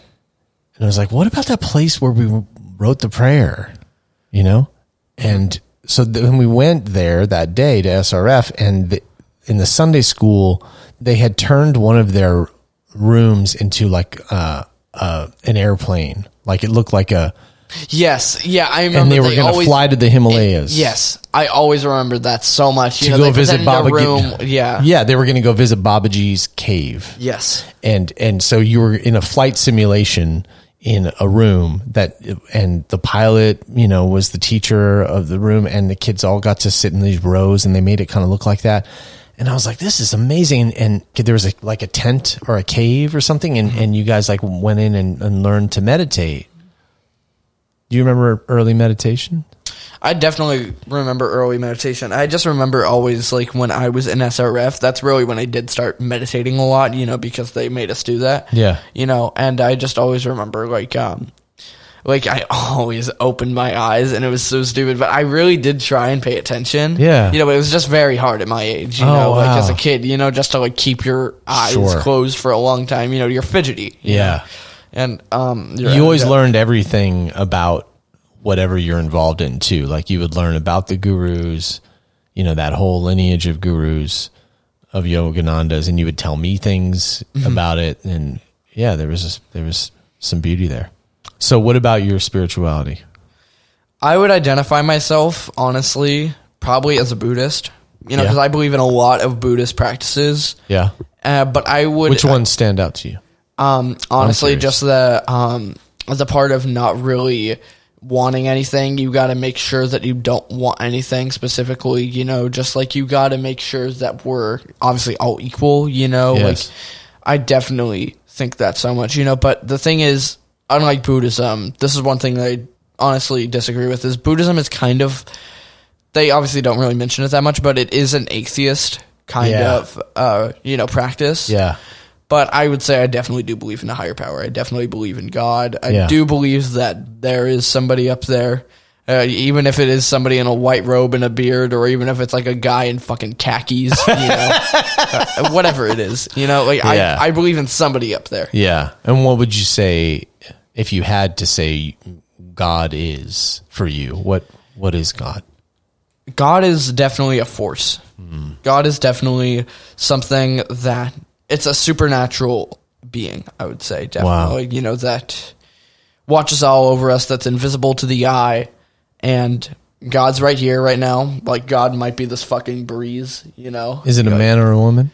and I was like, what about that place where we wrote the prayer? You know? And so then we went there that day to SRF, and the, in the Sunday school, they had turned one of their rooms into like uh, uh, an airplane. Like it looked like a, yes, yeah. I remember. and they were going to Oh, always- fly to the Himalayas. Yes, I always remembered that so much. You To know, go they put that visit in Baba their Gi- room. Yeah. Yeah, they were going to go visit Babaji's cave. Yes. and and so you were in a flight simulation in a room that and the pilot you know was the teacher of the room and the kids all got to sit in these rows and they made it kind of look like that and i was like this is amazing and there was a, like a tent or a cave or something and, and you guys like went in and, and learned to meditate do you remember early meditation I definitely remember early meditation. I just remember always like when I was in SRF, that's really when I did start meditating a lot, you know, because they made us do that. Yeah. You know, and I just always remember like um like I always opened my eyes and it was so stupid, but I really did try and pay attention. Yeah. You know, but it was just very hard at my age, you Oh, know, like as a wow. kid, you know, just to like keep your eyes Sure. closed for a long time, you know, you're fidgety. you Yeah. know. And um you always learned everything about whatever you're involved in too like you would learn about the gurus you know that whole lineage of gurus of yoganandas and you would tell me things Mm-hmm. about it and yeah there was there was some beauty there so what about your spirituality I would identify myself, honestly, probably as a Buddhist. You know, Yeah. because I believe in a lot of Buddhist practices. yeah Uh, but I would, which ones stand out to you um, honestly, curious. just the um, the part of not really wanting anything. You got to make sure that you don't want anything specifically. You know, just like you got to make sure that we're obviously all equal. You know, Yes. like I definitely think that so much. You know, but the thing is, unlike Buddhism, this is one thing that I honestly disagree with. Is Buddhism is kind of they obviously don't really mention it that much, but it is an atheist kind Yeah. of uh, you know practice. yeah But I would say I definitely do believe in a higher power. I definitely believe in God. I Yeah. do believe that there is somebody up there, uh, even if it is somebody in a white robe and a beard, or even if it's like a guy in fucking khakis, you know, Uh, whatever it is, you know. Like Yeah. I, I believe in somebody up there. yeah and what would you say if you had to say god is for you what what is god God is definitely a force. Hmm. God is definitely something that it's a supernatural being, I would say, definitely. You know, that watches all over us, that's invisible to the eye, and God's right here, right now. Like God might be this fucking breeze, you know? Is it a man or a woman?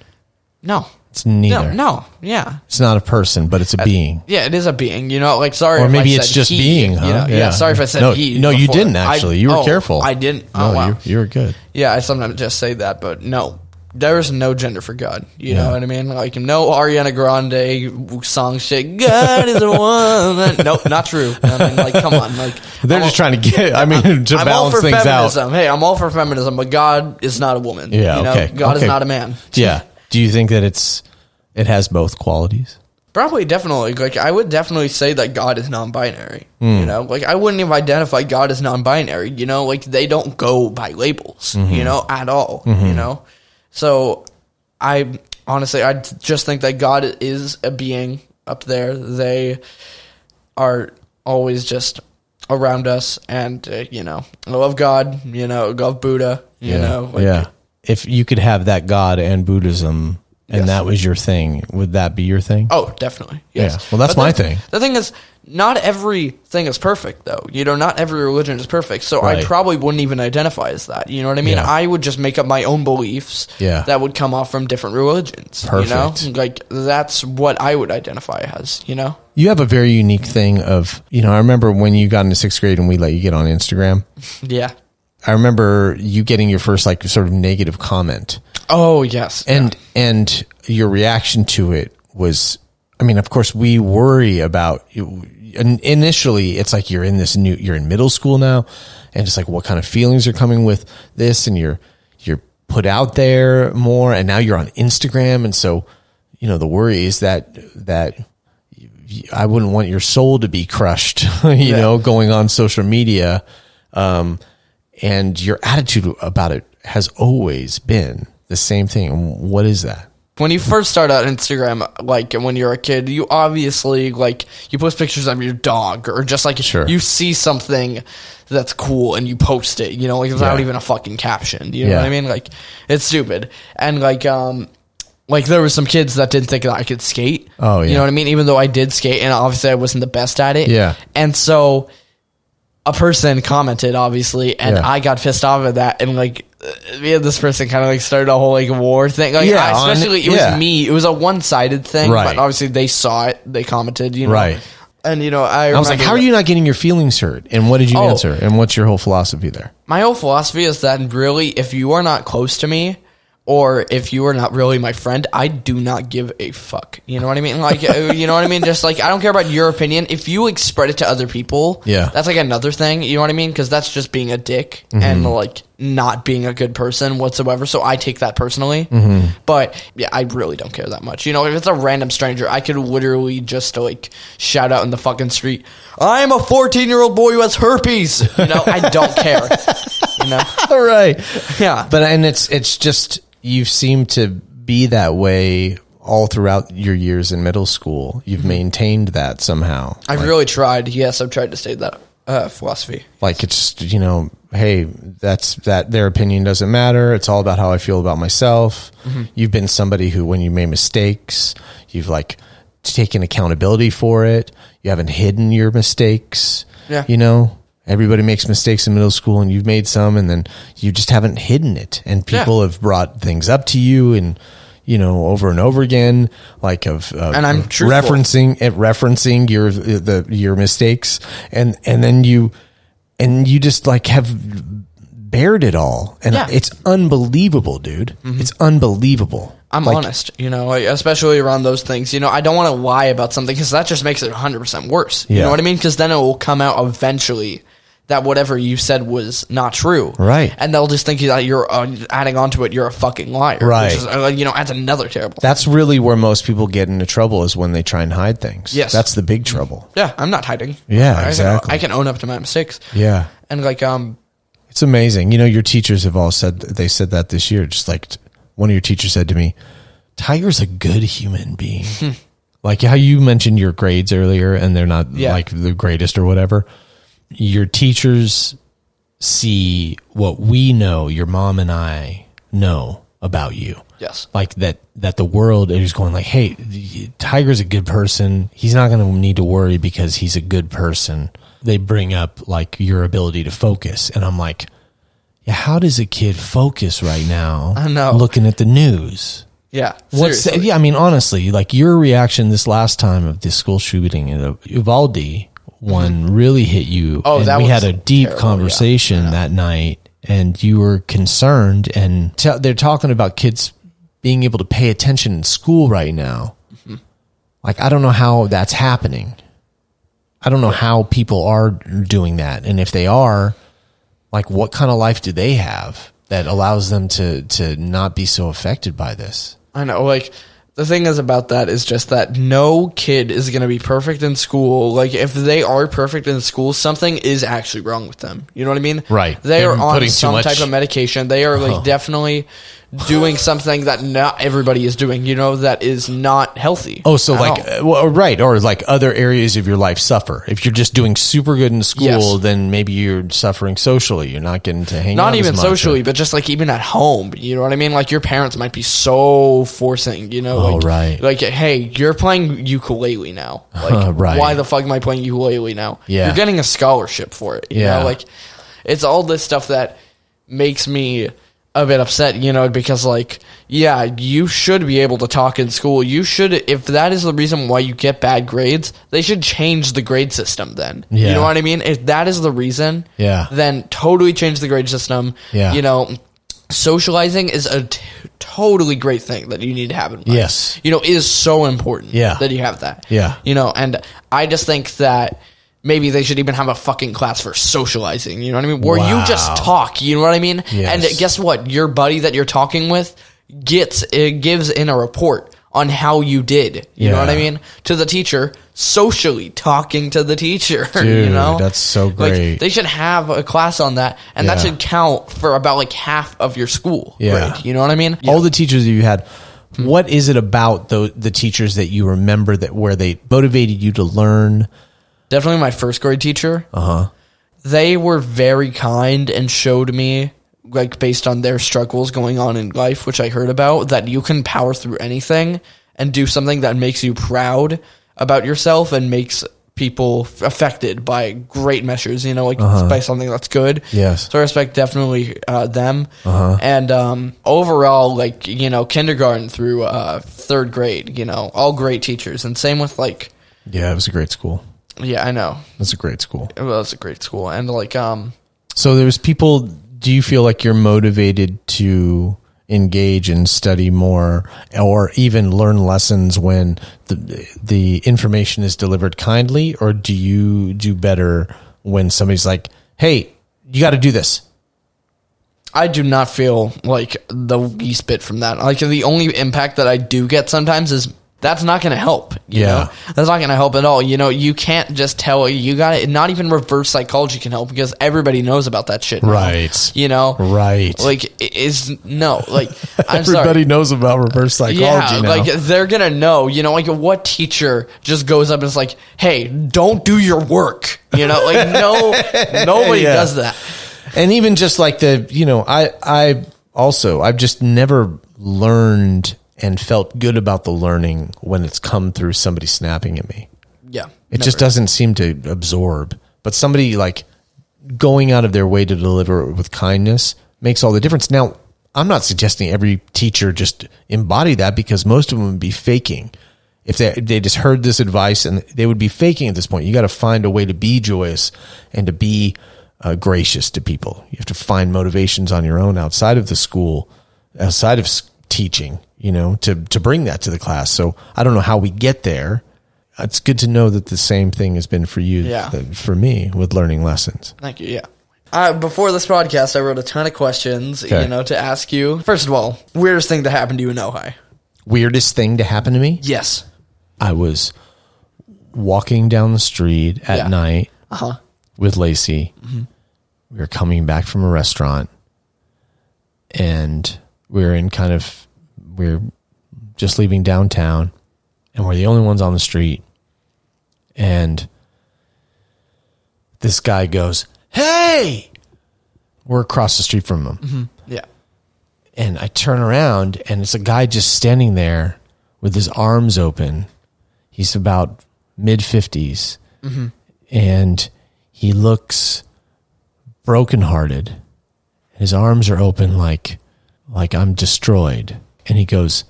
No, It's neither. no, no, yeah, It's not a person, but it's a being. yeah. It is a being, you know. Like sorry, Or if maybe I it's said just he, being, you huh? know? Yeah. Yeah. sorry if I said No, he. no, you before. didn't, I- actually. You were oh, careful. I didn't. No, Oh wow. you, you were good. Yeah, I sometimes just say that, but no, there is no gender for God. You Yeah. know what I mean? Like no Ariana Grande song shit. God is a woman. nope, not true. I mean, like come on, like They're I'm just all- trying to get. I mean, to I'm all balance for things feminism. out. Hey, I'm all for feminism, but God is not a woman. Yeah, you know? okay, God okay. is not a man. Yeah. Do you think that it's it has both qualities? Probably, definitely. Like, I would definitely say that God is non-binary. Hmm. You know, like I wouldn't even identify God as non-binary. You know, like they don't go by labels. Mm-hmm. You know, at all. You know, so I honestly, I just think that God is a being up there. They are always just around us, and uh, you know, I love God. You know, love Buddha. You know, like, yeah. If you could have that God and Buddhism, and Yes. that was your thing, would that be your thing? Oh, definitely. Yes. Yeah. Well, that's But my the- thing. The thing is, not everything is perfect, though. You know, not every religion is perfect. So Right. I probably wouldn't even identify as that. You know what I mean? Yeah. I would just make up my own beliefs Yeah. that would come off from different religions. You Perfect. know, like that's what I would identify as. You know, You have a very unique thing of, you know, I remember when you got into sixth grade and we let you get on Instagram. yeah. I remember you getting your first like sort of negative comment. Oh yes, and and your reaction to it was i mean of course we worry about in- initially it's like you're in this new you're in middle school now and it's like what kind of feelings are coming with this and you're you're put out there more and now you're on instagram and so you know the worry is that that I wouldn't want your soul to be crushed, you know, going on social media. Um, and your attitude about it has always been the same thing. What is that? when you first start out Instagram, like and when you're a kid, you obviously like you post pictures of your dog or just like Sure. you see something that's cool and you post it, you know, like without Yeah. even a fucking caption. You know Yeah. what I mean? Like it's stupid. And like um like there were some kids that didn't think that I could skate. Oh, yeah. You know what I mean? Even though I did skate and obviously I wasn't the best at it. Yeah. And so a person commented obviously and Yeah. I got pissed off at that and like uh, me and this person kind of like started a whole like war thing. Like, Yeah, I- on- especially it was yeah. me. It was a one sided thing, Right. but obviously they saw it. They commented, you know, Right. And you know, I, I was like, how are you not getting your feelings hurt? And what did you Oh. answer? And what's your whole philosophy there? My whole philosophy is that really, if you are not close to me. Or if you are not really my friend, I do not give a fuck. You know what I mean? Like, uh, you know what I mean? Just like I don't care about your opinion. If you like spread it to other people, Yeah. that's like another thing. You know what I mean? Because that's just being a dick and like not being a good person whatsoever. So I take that personally. But yeah, I really don't care that much. You know, if it's a random stranger, I could literally just like shout out in the fucking street, "I'm a 14 year old boy who has herpes." You know, I don't care. You know, All right. yeah, But and it's it's just you seem to be that way all throughout your years in middle school. You've maintained that somehow. I've really tried. Yes, I've tried to stay that uh, philosophy. like it's you know hey that's that their opinion doesn't matter it's all about how i feel about myself Mm-hmm. you've been somebody who when you made mistakes you've like taken accountability for it you haven't hidden your mistakes Yeah. you know everybody makes mistakes in middle school and you've made some and then you just haven't hidden it and Yeah. people have brought things up to you and you know over and over again like of uh, And I'm truthful. referencing it referencing your the your mistakes and and then you and you just like have bared it all and Yeah. Mm-hmm. it's unbelievable dude it's unbelievable I'm Like, honest, you know, like, especially around those things. You know, I don't want to lie about something because that just makes it 100% worse. You Yeah. know what I mean? Because then it will come out eventually that whatever you said was not true. Right. And they'll just think that you're uh, adding on to it, you're a fucking liar. Right. Which is, uh, you know, that's another terrible that's really where most people get into trouble is when they try and hide things Yes. that's the big trouble Yeah, I'm not hiding. Yeah, I can- exactly. I can own up to my mistakes. yeah And like, um, It's amazing. You know, your teachers have all said they said that this year. Just like t- one of your teachers said to me, "Tiger's a good human being." like how you mentioned your grades earlier, and they're not Yeah. like the greatest or whatever. Your teachers see what we know. Your mom and I know about you. yes. Like that, that the world is going like, hey, y- Tiger's a good person. He's not going to need to worry because he's a good person. They bring up like your ability to focus. And I'm like, yeah, how does a kid focus right now? I know. Looking at the news. Yeah. What's seriously. yeah? I mean, honestly, like your reaction this last time of this school shooting at Uvalde one really hit you. Mm-hmm. Oh, and that we was had a deep terrible, yeah. conversation that night, and you were concerned. And t- they're talking about kids being able to pay attention in school right now. Mm-hmm. Like, I don't know how that's happening. I don't know how people are doing that, and if they are, like, what kind of life do they have that allows them to to not be so affected by this? I know. Like the thing is about that is just that no kid is going to be perfect in school. Like if they are perfect in school, something is actually wrong with them. You know what I mean? Right. They They're are on putting too some much- type of medication. They are like definitely doing something that not everybody is doing. You know that is not healthy. Oh, so at like, all. uh, well, right, or like other areas of your life suffer. If you're just doing super good in school, Yes. then maybe you're suffering socially. You're not getting to hang out. not as even much, or- socially, but just like even at home. You know what I mean? Like your parents might be so forcing. You know, Oh, like, right. like hey, you're playing ukulele now. Like Right. why the fuck am I playing ukulele now? Yeah. you're getting a scholarship for it. You Yeah. know, like it's all this stuff that makes me a bit upset. You know, because like yeah, you should be able to talk in school. You should if that is the reason why you get bad grades, they should change the grade system. Then Yeah. you know what I mean. If that is the reason, Yeah. then totally change the grade system. Yeah. You know, socializing is a t- totally great thing that you need to have in mind. Yes. You know, it is so important Yeah. that you have that. Yeah. You know, and I just think that maybe they should even have a fucking class for socializing. You know what I mean? Where you Wow. just talk. You know what I mean? Yes. And guess what? Your buddy that you're talking with gets, it gives in a report on how you did. You know what I Yeah. mean? To the teacher, socially talking to the teacher. you Dude, know? that's so Like, great. they should have a class on that, and that Yeah. should count for about like half of your school Yeah. grade. You know what I mean? all the teachers that you had. Hmm. What is it about the the teachers that you remember that where they motivated you to learn? Uh-huh. Definitely my first grade teacher. Uh huh. They were very kind and showed me, like, based on their struggles going on in life, which I heard about, that you can power through anything and do something that makes you proud about yourself and makes people f- affected by great measures, you know, like by something that's good. Yes. So I respect definitely uh, them. And um, overall, like, you know, kindergarten through uh, third grade, you know, all great teachers. And same with, like, Yeah, it was a great school. yeah, I know. It was a great school. Well, was a great school, and like, um, So there was people. Do you feel like you're motivated to engage and study more, or even learn lessons when the the information is delivered kindly, or do you do better when somebody's like, "Hey, you got to do this." I do not feel like the least bit from that. Like the only impact that I do get sometimes is that's not going to help. You Yeah. know? that's not going to help at all. You know, you can't just tell you got to Not even reverse psychology can help because everybody knows about that shit. now. Right. You know. Right. Like it is no. Like I'm sorry. Everybody knows about reverse psychology Yeah, now. like they're gonna know, you know, like what teacher just goes up and is like, "Hey, don't do your work," you know, like no, nobody Yeah. does that. and even just like the you know i i also i've just never learned and felt good about the learning when it's come through somebody snapping at me Yeah, it just doesn't seem to absorb but somebody like going out of their way to deliver it with kindness makes all the difference now i'm not suggesting every teacher just embody that because most of them would be faking if they, they just heard this advice and they would be faking at this point you got to find a way to be joyous and to be uh, gracious to people you have to find motivations on your own outside of the school outside of s- teaching you know to, to bring that to the class so i don't know how we get there it's good to know that the same thing has been for you Yeah. that- for me with learning lessons Thank you. Yeah. Uh, before this podcast, I wrote a ton of questions, Okay. you know, to ask you. First of all, weirdest thing that happened to you in Ojai? weirdest thing to happen to me Yes. i was walking down the street at Yeah. night Uh huh. with lacey we were coming back from a restaurant and we were in kind of we are just leaving downtown and we're the only ones on the street and this guy goes hey we're across the street from him Yeah. and I turn around and it's a guy just standing there with his arms open. He's about mid 50s Mm-hmm. and he looks brokenhearted His arms are open like like I'm destroyed. And he goes,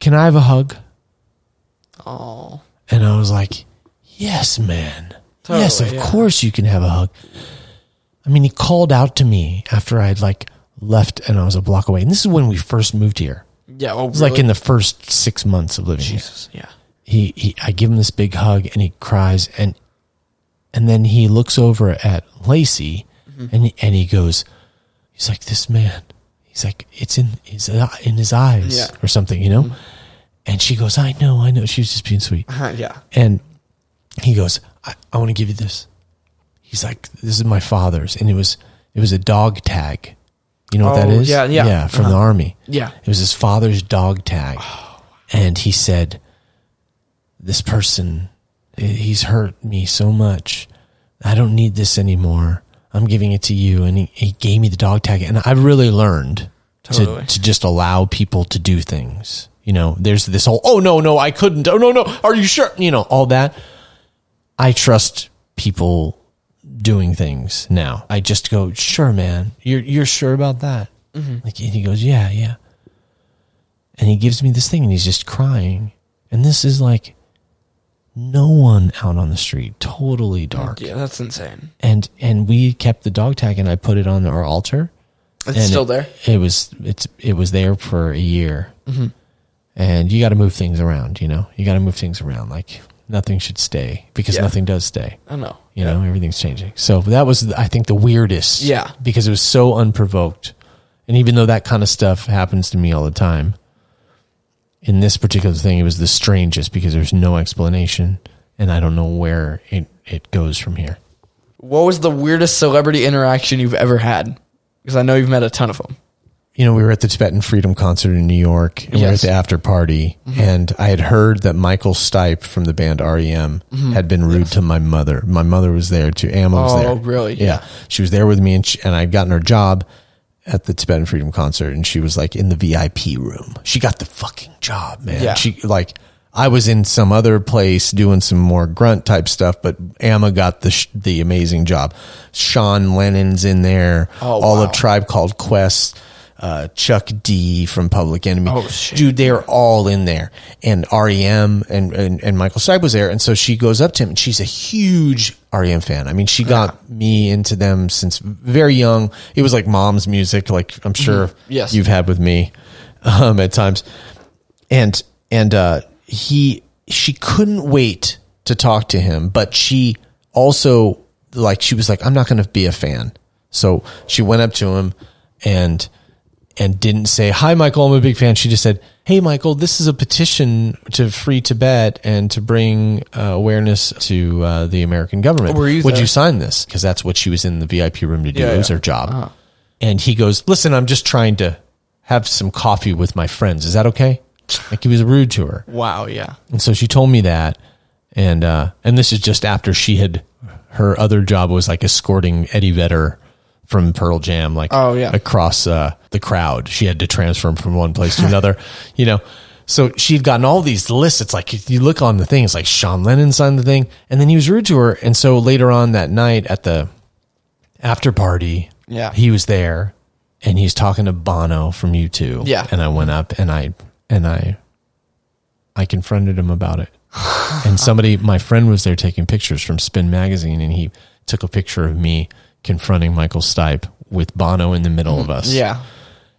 "Can I have a hug?" Oh. And I was like, "Yes, man. yes, Totally, of yeah. course you can have a hug." I mean, he called out to me after I had like left and I was a block away. And this is when we first moved here. Yeah. Oh, It was like in the first 6 months of living here. Yeah. he, he I give him this big hug and he cries and and then he looks over at Lacey and he, and he goes he's like this man he's like it's in his in his eyes Yeah. or something you know and she goes I know I know she was just being sweet Uh-huh, yeah. and he goes I, I want to give you this he's like this is my father's and it was it was a dog tag you know what that Oh, is yeah, yeah. yeah from the army Yeah. Oh, it was his father's dog tag. And he said, This person, eh, he's hurt me so much. I don't need this anymore. I'm giving it to you. And he, he gave me the dog tag. And I really learned Totally. to, to just allow people to do things. You know, there's this whole, oh, no, no, I couldn't. Oh, no, no. Are you sure? You know, all that. I trust people doing things now. I just go, sure, man, you're you're sure about that? Like and he goes, yeah, yeah. And he gives me this thing, and he's just crying. And this is like no one out on the street, totally dark. Yeah. That's insane. And and we kept the dog tag, and I put it on our altar. It's And still it- there. Mm-hmm. It was it's it was there for a year, and you got to move things around. You know, you got to move things around. Like nothing should stay because Yeah. nothing does stay I know. you know everything's changing so that was i think the weirdest Yeah. because it was so unprovoked and even though that kind of stuff happens to me all the time in this particular thing it was the strangest because there's no explanation and i don't know where it, it goes from here What was the weirdest celebrity interaction you've ever had? Because I know you've met a ton of them. you know we were at the tibetan freedom concert in new york and we were at Yes. Mm-hmm. the after party and i had heard that michael stipe from the band rem had been rude to my mother my mother was there too Amma was Mm-hmm. Oh, there really? Yeah. She was there with me and, she, and I'd gotten her job at the Tibetan Freedom Concert and she was like in the VIP room. She got the fucking job, man. Yeah. She like, I was in some other place doing some more grunt type stuff, but Amma got the sh- the amazing job. Sean Lennon's in there. Oh, all wow. of Tribe Called Quest, uh, Chuck D from Public Enemy. Oh, shit. Dude, they're all in there. And REM and, and, and Michael Stipe was there. And so she goes up to him and she's a huge REM fan. I mean, she got me into them since very young. It was like mom's music, like I'm sure Mm-hmm. Yes. you've had with me um, at times. And, and, uh, he, she couldn't wait to talk to him, but she also, like, she was like, I'm not going to be a fan. So she went up to him and, and didn't say, Hi, Michael, I'm a big fan. She just said, Hey, Michael, this is a petition to free Tibet and to bring uh, awareness to uh, the American government. Were you Would there? you sign this? Because that's what she was in the VIP room to do. Yeah, it was yeah. Uh-huh. her job. And he goes, Listen, I'm just trying to have some coffee with my friends. Is that okay? Like he was rude to her. Wow. Yeah. And so she told me that, and uh, and this is just after she had her other job was like escorting Eddie Vedder from Pearl Jam, like Oh, yeah. across uh, the crowd. She had to transfer him from one place to another, you know. So she'd gotten all these lists. It's like if you look on the thing, it's like Sean Lennon signed the thing, and then he was rude to her. And so later on that night at the after party, Yeah. he was there, and he's talking to Bono from U two, Yeah. And I went up and I and I I confronted him about it. and somebody, my friend was there taking pictures from Spin Magazine, and he took a picture of me confronting Michael Stipe with Bono in the middle of us. Yeah.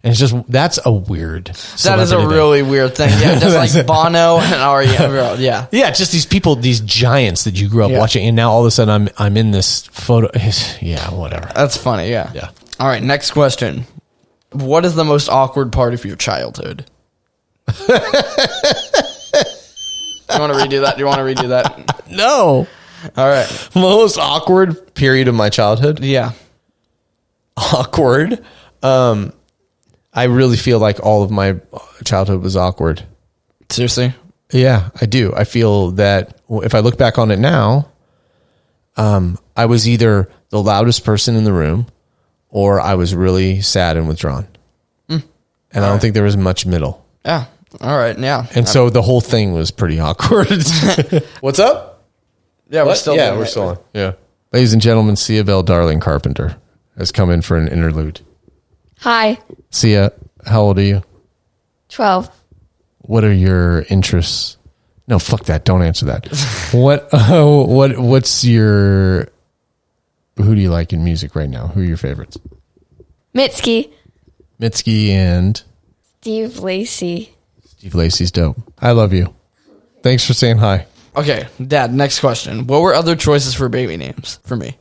And it's just, that's a weird. That is a celebrity really weird thing. Yeah, just like Bono and REM. Yeah. thing. Yeah, just these people, these giants that you grew up Yeah. watching, and now all of a sudden I'm I'm in this photo. Yeah, whatever. That's funny. Yeah. Yeah. All right. Next question. What is the most awkward part of your childhood? you want to redo that? You want to redo that? No, All right. most awkward period of my childhood. Yeah. awkward. Um, I really feel like all of my childhood was awkward. Seriously. Yeah, I do. I feel that w- if I look back on it now, um, I was either the loudest person in the room or I was really sad and withdrawn. Hmm. And I don't think there was much middle. Yeah. All right. Yeah. And so the whole thing was pretty awkward. What's up? Yeah. We're What? still. yeah, doing we're it. still on. Yeah. Ladies and gentlemen, Cia Bell Darling Carpenter has come in for an interlude. Hi. Sia, how old are you? 12. What are your interests? No, fuck that. Don't answer that. what uh, what what's your who do you like in music right now? Who are your favorites? Mitski. Mitski and Steve Lacey. Steve Lacey's dope. I love you. Thanks for saying hi. Okay, Dad. Next question. What were other choices for baby names for me?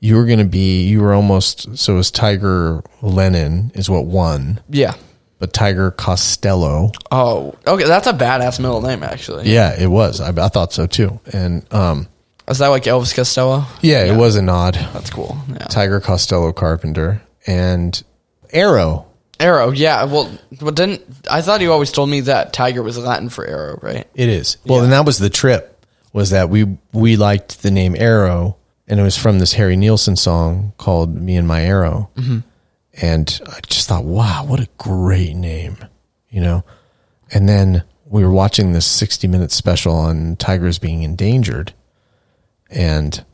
You were gonna be you were almost so it was Tiger Lennon is what won, Yeah. but Tiger Costello. Oh, okay. That's a badass middle name, actually. Yeah, it was. I, I thought so too. And um Is that like Elvis Costello? yeah, it was a nod. That's cool. Yeah. Tiger Costello Carpenter and Arrow. Arrow. Yeah. Well, but didn't I thought you always told me that tiger was Latin for arrow, right? It is. Well, and that was the trip was that we we liked the name Arrow and it was from this Harry Nielsen song called Me and My Arrow. Mm-hmm. And I just thought, wow, what a great name, you know. And then we were watching this 60 minute special on tigers being endangered and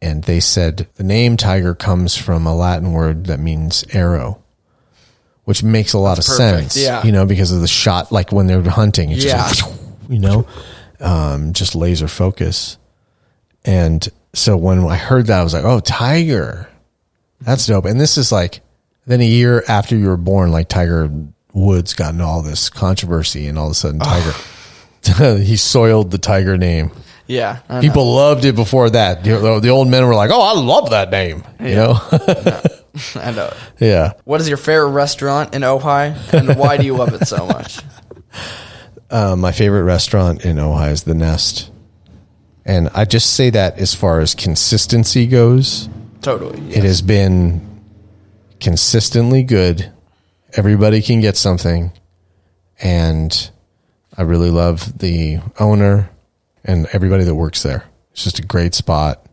and they said the name tiger comes from a Latin word that means arrow. Which makes a lot of perfect, sense, yeah. you know, because of the shot, like when they're hunting, it's Yeah. just like, you know, um, just laser focus. And so when I heard that, I was like, oh, Tiger. That's dope. And this is like, then a year after you were born, like Tiger Woods got into all this controversy, and all of a sudden, Tiger, he soiled the Tiger name. Yeah. I know. People loved it before that. You know, The old men were like, oh, I love that name. You know? I know. yeah. What is your favorite restaurant in Ojai, and why do you love it so much? Um, my favorite restaurant in Ohio is The Nest. And I just say that as far as consistency goes. Totally. Yeah. It has been consistently good. Everybody can get something. And I really love the owner and everybody that works there. It's just a great spot.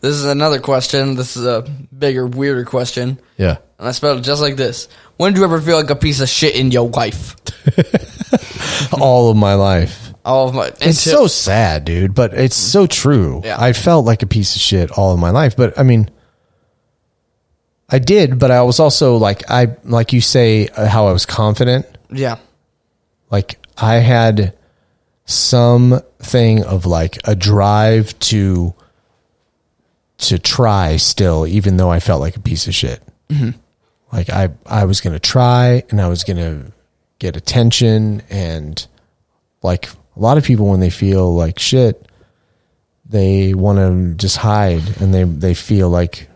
This is another question. This is a bigger, weirder question. Yeah. And I spelled it just like this. When do you ever feel like a piece of shit in your life? All of my life. All of my It's so sad, dude, but it's so true. Yeah. I felt like a piece of shit all of my life, but I mean, I did, but I was also like, I, like you say, uh, how I was confident. yeah. like I had some thing of like a drive to to try still, even though I felt like a piece of shit. Like I I was gonna try and I was gonna get attention and like a lot of people when they feel like shit, they want to just hide and they they feel like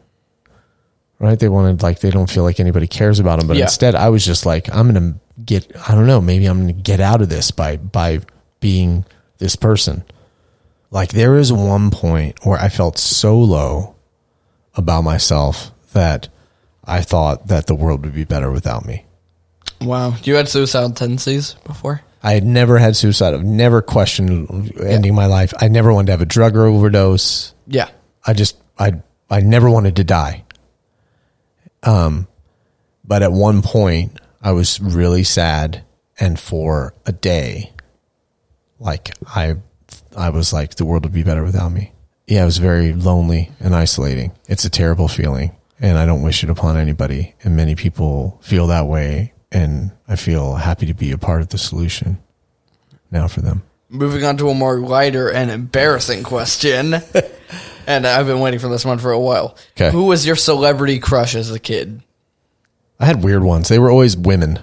right they wanted like they don't feel like anybody cares about them but Yeah. instead i was just like i'm gonna get i don't know maybe i'm gonna get out of this by by being this person like there is one point where i felt so low about myself that i thought that the world would be better without me Wow. You had suicidal tendencies before? I had never had suicide. I've never questioned ending my life. I never wanted to have a drug or overdose. Yeah. I just I I never wanted to die. Um but at one point I was really sad and for a day like I I was like the world would be better without me. Yeah, it was very lonely and isolating. It's a terrible feeling and I don't wish it upon anybody and many people feel that way and I feel happy to be a part of the solution now for them. Moving on to a more lighter and embarrassing question. and I've been waiting for this one for a while. 'Kay. Who was your celebrity crush as a kid? I had weird ones. They were always women.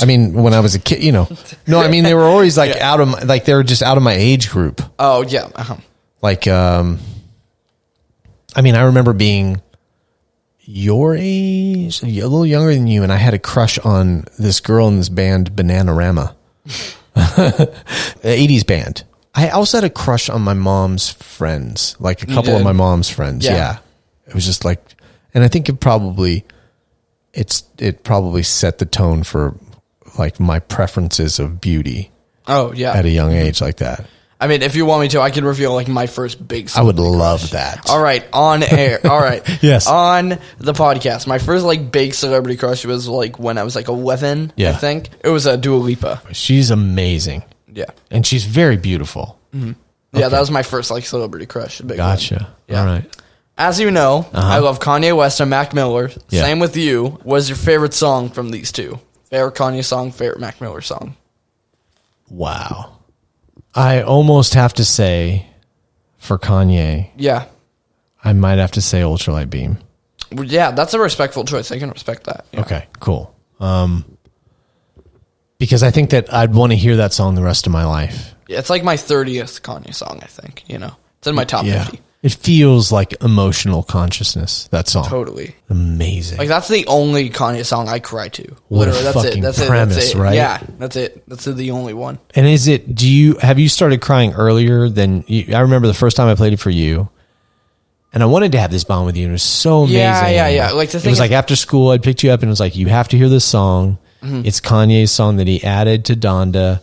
I mean, when I was a kid, you know. No, I mean they were always like out of my, like they were just out of my age group. Oh, yeah. Uh-huh. Like um I mean, I remember being your age, a little younger than you and I had a crush on this girl in this band Bananarama. The 80s band. I also had a crush on my mom's friends, like a couple of did? my mom's friends. Yeah. Yeah. It was just like and I think it probably it's it probably set the tone for like my preferences of beauty Oh, yeah. at a young age like that. I mean, if you want me to, I can reveal like my first big. I would love that. Oh All right, on air. All right, Yes. on the podcast. My first like big celebrity crush was like when I was like eleven. I Yeah. think it was a uh, Dua Lipa. She's amazing. Yeah, And she's very beautiful. Mm-hmm. yeah, that was my first like celebrity crush. a Big one. Gotcha. Yeah. All right. As you know, I love Kanye West and Mac Miller. Yeah. Same with you. What is your favorite song from these two? Favorite Kanye song, favorite Mac Miller song. Wow. I almost have to say for Kanye, Yeah. I might have to say ultralight beam. Well, Yeah, that's a respectful choice. I can respect that. Yeah. Okay, cool. Um, because I think that I'd want to hear that song the rest of my life. It's like my 30th Kanye song, I think. You know, it's in my top Yeah. 50. It feels like emotional consciousness, that song. Totally. Amazing. Like, that's the only Kanye song I cry to. What a Literally, that's fucking it. That's it. premise, That's it. right? Yeah, that's it. That's the only one. And is it? Do you have you started crying earlier than you, I remember the first time I played it for you? And I wanted to have this bond with you. And it was so amazing. Yeah, yeah, yeah. Like, the it thing was is- like after school, I picked you up and it was like, you have to hear this song. Mm-hmm. It's Kanye's song that he added to Donda,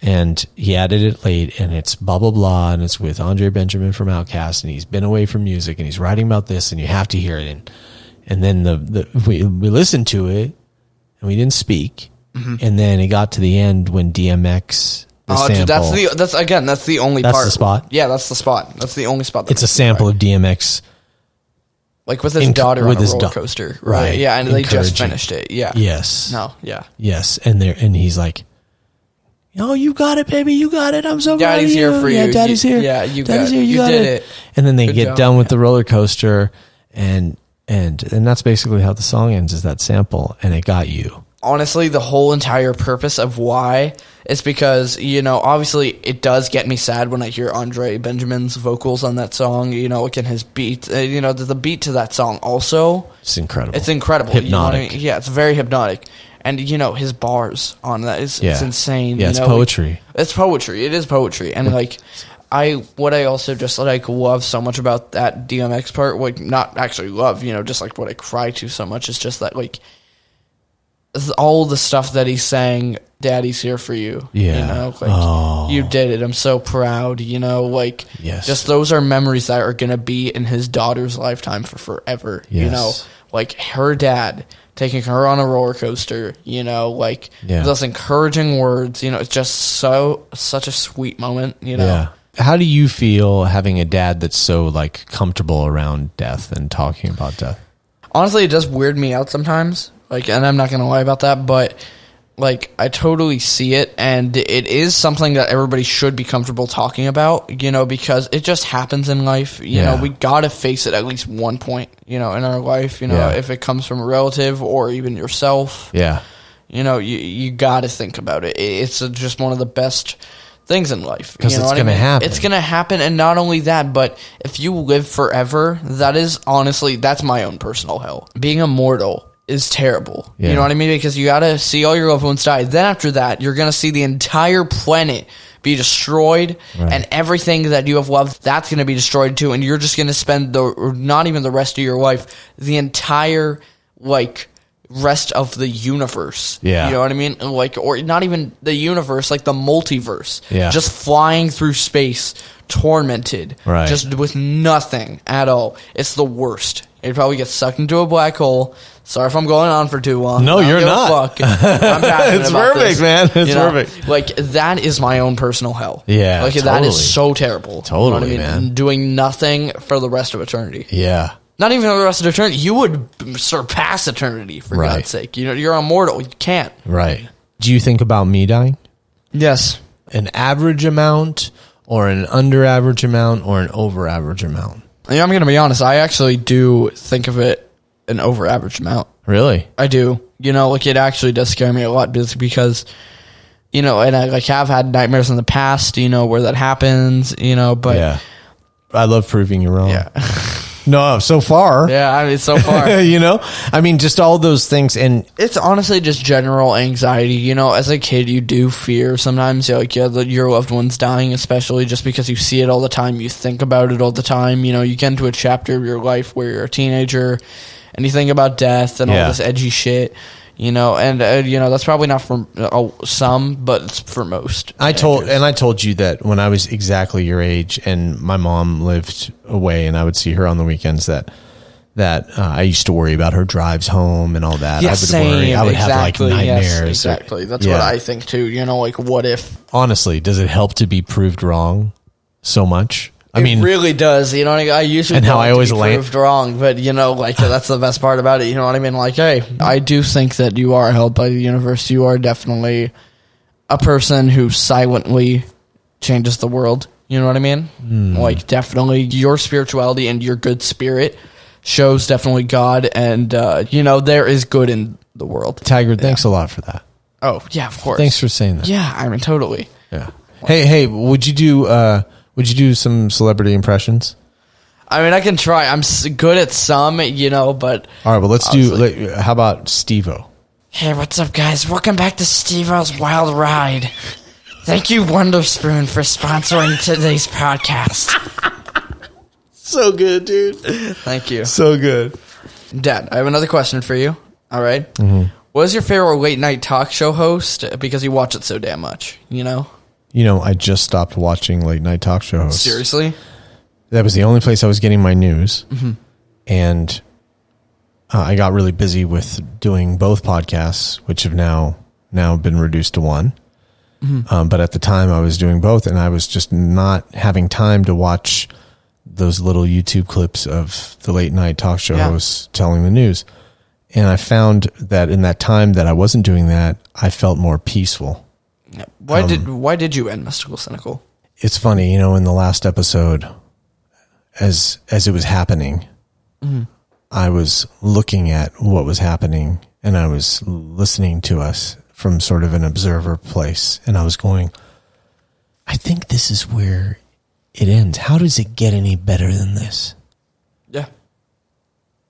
and he added it late. And it's blah blah blah, and it's with Andre Benjamin from Outkast, and he's been away from music, and he's writing about this, and you have to hear it. And and then the, the we we listened to it, and we didn't speak. And then it got to the end when DMX the Mm-hmm. Oh, sample. dude, that's the that's again. That's the only That's part. the spot? Yeah, that's the spot. That's the only spot. That it's a makes me sample cry. of DMX. like with his Enc- daughter on with a his roller da- coaster, right. right? Yeah, and they just Encouraging. finished it. Yeah. Yes. No. Yeah. Yes. And there and he's like, "Oh, you got it, baby. You got it. I'm so proud of Daddy's here for Yeah, you. daddy's You- here. yeah, you daddy's got- here. You, you got did it. it. And then they Good get job. done with the roller coaster, and and and that's basically how the song ends. Is that sample? And it got you. Honestly, the whole entire purpose of why is because you know obviously it does get me sad when I hear Andre Benjamin's vocals on that song. You know, like in his beat, uh, you know, the, the beat to that song also. It's incredible. It's incredible. you know what I Hypnotic. mean? Yeah, it's very hypnotic. And you know his bars on that is it's Yeah. insane. Yeah, you it's know? poetry. It's poetry. It is poetry. And like I what I also just like love so much about that DMX part, like not actually love, you know, just like what I cry to so much is just that like th- all the stuff that he's saying, Daddy's here for you. You Yeah. know, like Oh. you did it. I'm so proud, you know, like Yes. just those are memories that are gonna be in his daughter's lifetime for forever. You Yes. know, like her dad taking her on a roller coaster, you know, like Yeah. those encouraging words, you know, it's just so such a sweet moment, you know. Yeah. How do you feel having a dad that's so like comfortable around death and talking about death? Honestly, it does weird me out sometimes. Like and I'm not going to lie about that, but like I totally see it and it is something that everybody should be comfortable talking about, you know, because it just happens in life, you Yeah. know, we got to face it at least one point, you know, in our life, you know, Yeah. if it comes from a relative or even yourself. Yeah. You know, you you got to think about it. It- It's uh just one of the best things in life 'Cause You know it's what I gonna mean? happen. It's gonna happen, and not only that, but if you live forever, that is honestly that's my own personal hell. Being immortal is terrible. Yeah. You know what I mean? Because you got to see all your loved ones die. Then after that, you're gonna see the entire planet be destroyed Right. and everything that you have loved that's going to be destroyed too and you're just going to spend the or not even the rest of your life the entire like rest of the universe Yeah. you know what i mean like or not even the universe like the multiverse Yeah. just flying through space tormented Right. just with nothing at all it's the worst it probably gets sucked into a black hole sorry if i'm going on for too long No, I don't you're give a not. fuck. I'm passionate It's about this. perfect, man. It's perfect. like that is my own personal hell Yeah, like that totally. is so terrible. Totally, man. Doing nothing for the rest of eternity. Yeah. Not even for the rest of eternity. You would b- surpass eternity for Right. God's sake. You know, you're immortal. You can't. Right. Do you think about me dying? Yes. An average amount or an under average amount or an over average amount? Yeah, I'm gonna be honest. I actually do think of it an over average amount. Really? I do. You know, like it actually does scare me a lot just because, you know, and I like have had nightmares in the past. You know where that happens. You know, but yeah. I love proving you wrong. yeah, No, so far. yeah. I mean, so far, you know? I mean, just all those things. And it's honestly just general anxiety. You know, as a kid, you do fear sometimes. You're like, yeah, the, your loved one's dying, especially just because you see it all the time. You think about it all the time. You know, you get into a chapter of your life where you're a teenager and you think about death and Yeah. all this edgy shit. You know, and uh, you know that's probably not for uh, some, but it's for most. I told, and I told you that when I was exactly your age and my mom lived away and I would see her on the weekends that. That uh, I used to worry about her drives home and all that. I Yeah, would worry. I would have like yes, nightmares. or- exactly. That's Yeah. what I think too. You know, like what if honestly, does it help to be proved wrong so much? I mean, it really does. You know what I, mean? I usually And how don't I like to always be land- proved wrong, but you know, like that's the best part about it. You know what I mean? Like, hey, I do think that you are held by the universe. You are definitely a person who silently changes the world. You know what I mean? Hmm. Like, definitely your spirituality and your good spirit shows definitely God, and uh, you know there is good in the world. Tiger, thanks a lot for that. Oh yeah, of course. Thanks for saying that. Yeah, I mean totally. Yeah. Hey, hey, would you do uh would you do some celebrity impressions? I mean, I can try. I'm s- good at some, you know, but All right, well, let's do let, how about Stevo? Hey, what's up, guys? Welcome back to Steve O's Wild Ride. Thank you, Wonder Spoon, for sponsoring today's podcast. So good, dude. Thank you. So good. Dad, I have another question for you. All right? What is your favorite late night talk show host? Because you watch it so damn much, you know? You know, I just stopped watching late night talk show hosts. Seriously? That was the only place I was getting my news. And uh, I got really busy with doing both podcasts, which have now now been reduced to one. Um, but at the time, I was doing both, and I was just not having time to watch those little YouTube clips of the late night talk show Yeah. hosts telling the news. And I found that in that time that I wasn't doing that, I felt more peaceful. Why did why did you end Mystical Cynical? it's funny, you know, in the last episode, as as it was happening, I was looking at what was happening, and I was listening to us from sort of an observer place, and I was going, I think this is where it ends. How does it get any better than this? Yeah.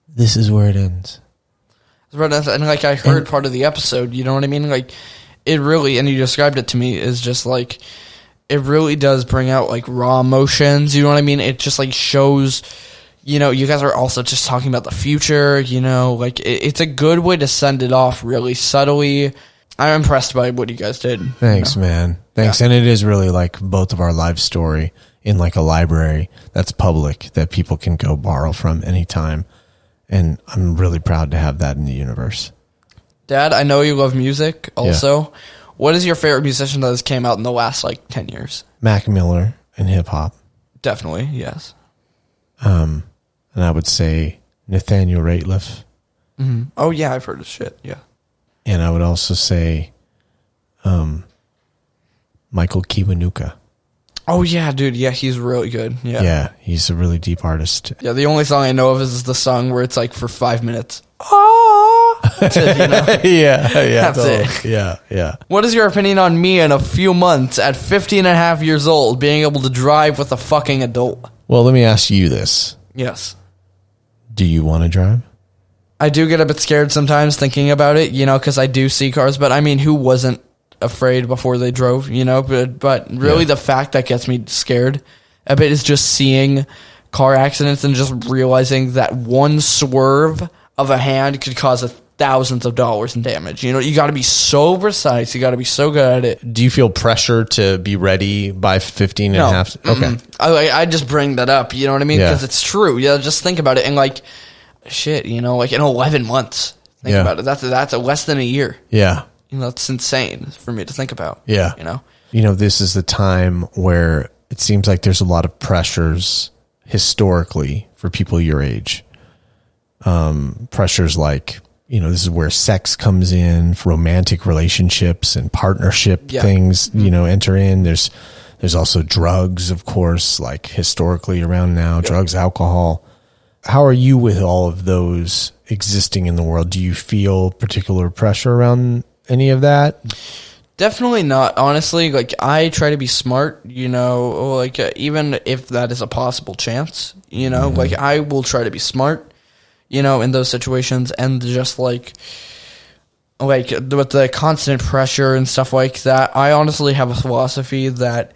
This is where it ends. Right, that's- and like I heard part of the episode, you know what I mean? Like it really, and you described it to me is just like it really does bring out like raw emotions. You know what I mean? It just like shows. You know, you guys are also just talking about the future. You know, like it, it's a good way to send it off really subtly. I'm impressed by what you guys did. Thanks, man. Thanks. And it is really like both of our live story in like a library that's public that people can go borrow from anytime. And I'm really proud to have that in the universe. Dad, I know you love music. Also, what is your favorite musician that has came out in the last like ten years? Mac Miller and hip hop. Um, Definitely, yes. And I would say Nathaniel Rateliff. Oh yeah, I've heard of shit. Yeah. And I would also say um, Michael Kiwanuka. Oh yeah, dude. Yeah, he's really good. Yeah. he's a really deep artist. Yeah, the only song I know of is the song where it's like for five minutes. Ah. That's it, you know? yeah, yeah. That's it. Yeah, yeah. What is your opinion on me in a few months at 15 and a half years old being able to drive with a fucking adult? Well, let me ask you this. Yes. Do you want to drive? I do get a bit scared sometimes thinking about it, you know, because I do see cars, but I mean, who wasn't afraid before they drove, you know? But, but really, the fact that gets me scared a bit is just seeing car accidents and just realizing that one swerve of a hand could cause a thousands of dollars in damage. You know, you got to be so precise, you got to be so good at it. do you feel pressure to be ready by 15 and No. a half? Okay. I, like, I just bring that up, you know what I mean? Yeah. Because it's true. Yeah, just think about it. And like, shit, you know, like in 11 months, think Yeah. about it. That's, that's less than a year. Yeah. You know, that's insane for me to think about. Yeah. You know? You know, this is the time where it seems like there's a lot of pressures historically for people your age. Um, pressures like, you know, this is where sex comes in, romantic relationships and partnership Yeah. things, you know, enter in. There's there's also drugs, of course, like historically around now, drugs, alcohol. How are you with all of those existing in the world? Do you feel particular pressure around any of that? Definitely not. Honestly, like, I try to be smart, you know, like, uh, even if that is a possible chance, you know, Mm-hmm. like, I will try to be smart, you know, in those situations and just like, like with the constant pressure and stuff like that, I honestly have a philosophy that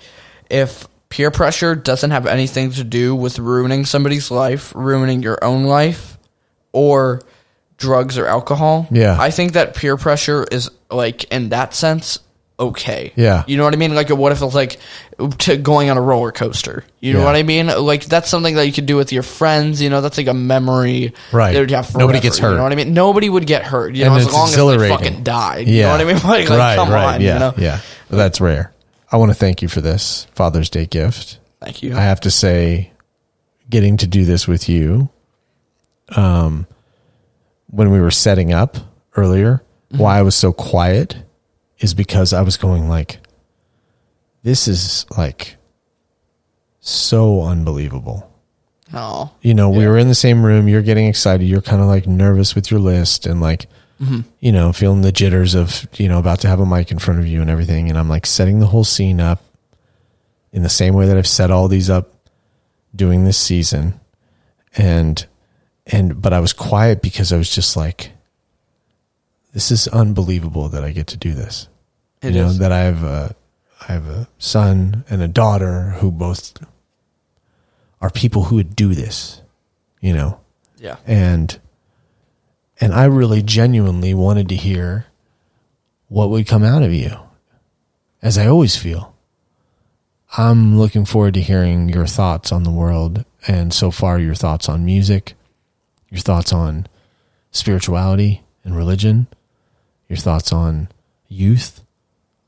if peer pressure doesn't have anything to do with ruining somebody's life, ruining your own life, or drugs or alcohol, Yeah. I think that peer pressure is like in that sense okay. Yeah. you know what I mean. Like, what if it's like to going on a roller coaster? You know Yeah. what I mean? Like, that's something that you could do with your friends. You know, that's like a memory. Right. They would have forever, Nobody gets You hurt. know what I mean? Nobody would get hurt. You And know, it's as long as they exhilarating. fucking died. You know what I mean? Like, like, come on. Yeah. You know? Yeah. That's rare. I want to thank you for this Father's Day gift. Thank you. I have to say, getting to do this with you, um, when we were setting up earlier, Mm-hmm. why I was so quiet is because I was going like, this is like so unbelievable. Oh, You know, we were in the same room. You're getting excited. You're kind of like nervous with your list and like, you know, feeling the jitters of, you know, about to have a mic in front of you and everything. And I'm like setting the whole scene up in the same way that I've set all these up doing this season. And, and, but I was quiet because I was just like, this is unbelievable that I get to do this. it you know, is. that I have a, I have a son and a daughter who both are people who would do this, you know, Yeah. and and I really genuinely wanted to hear what would come out of you, as I always feel. I'm looking forward to hearing your thoughts on the world and so far your thoughts on music, your thoughts on spirituality and religion, your thoughts on youth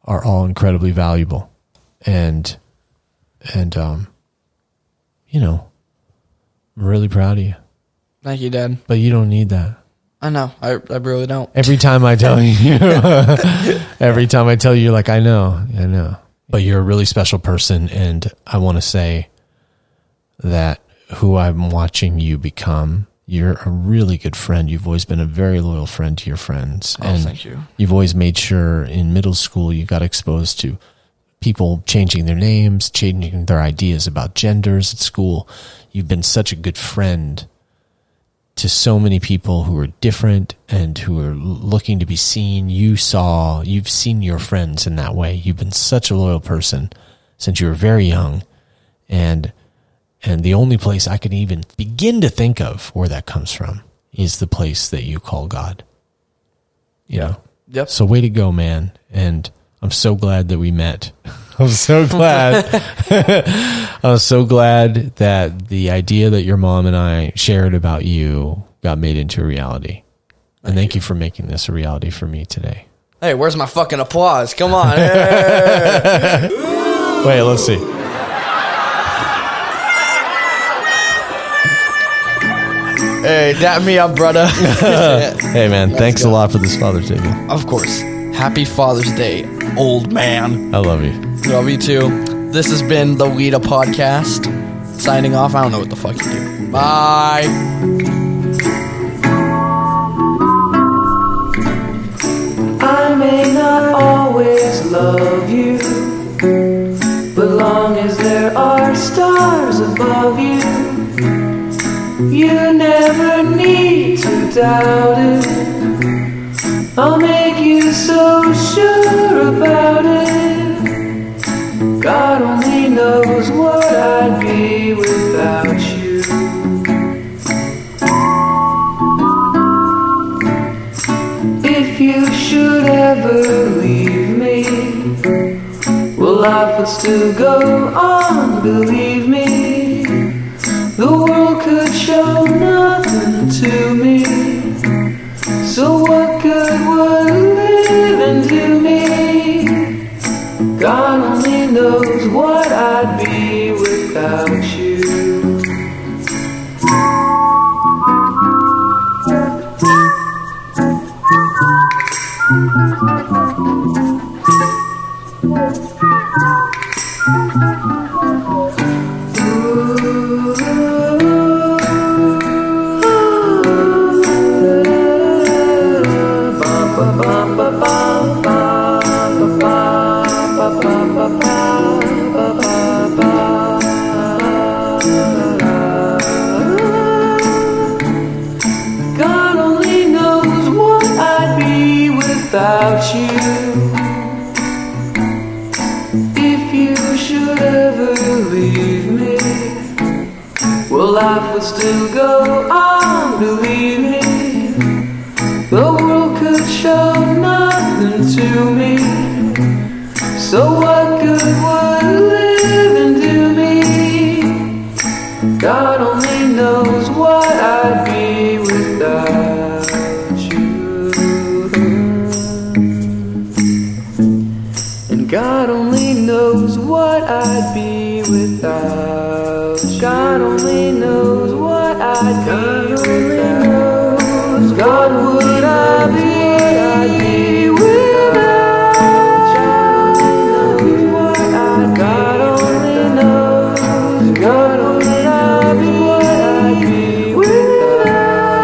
are all incredibly valuable. And and um you know, I'm really proud of you. Thank you, Dad. But you don't need that. I know. I, I really don't. Every time I tell you, every time I tell you, you're like, I know, I know. But you're a really special person. And I want to say that who I'm watching you become, you're a really good friend. You've always been a very loyal friend to your friends. Oh, thank you. You've always made sure in middle school you got exposed to people changing their names, changing their ideas about genders at school. You've been such a good friend to so many people who are different and who are l- looking to be seen. You saw, you've seen your friends in that way. You've been such a loyal person since you were very young. And and the only place I can even begin to think of where that comes from is the place that you call God. You know? Yep. So way to go, man. And I'm so glad that we met. I'm so glad. I'm so glad that the idea that your mom and I shared about you got made into a reality. And thank you for making this a reality for me today. Hey, where's my fucking applause? Come on. Hey. Wait, let's see. Hey, that me up, brother. Hey, man, thanks a lot for this Father's Day. man. of course. Happy Father's Day, old man. I love you. Love you too. This has been the Weeda podcast. Signing off. I don't know what the fuck you do. Bye. I may not always love you, but long as there are stars above you, you never need to doubt it. I'll make you so sure about it. God only knows what I'd be without you. If you should ever leave me, well, life would still go on, believe me. The world could show nothing to me. So, what good would living do me? God only knows what I'd be without you. God only knows what I'd be without you. If you should ever leave me, well, life would still go on, believe me. The world could show nothing to me. So, what good would living do me? God only knows what I'd be without you. And God only knows what I'd be without. without. God only knows what I'd be without. God would I be without? God only knows what I'd be. God only knows. God only I be what I'd be without.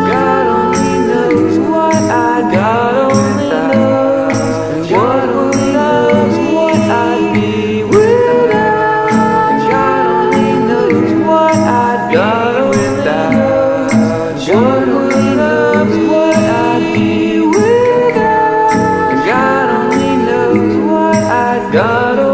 God only knows what I God only knows what only knows what I'd be without. God only knows what I'd God without. God only knows what I'd be without. God only knows what I'd God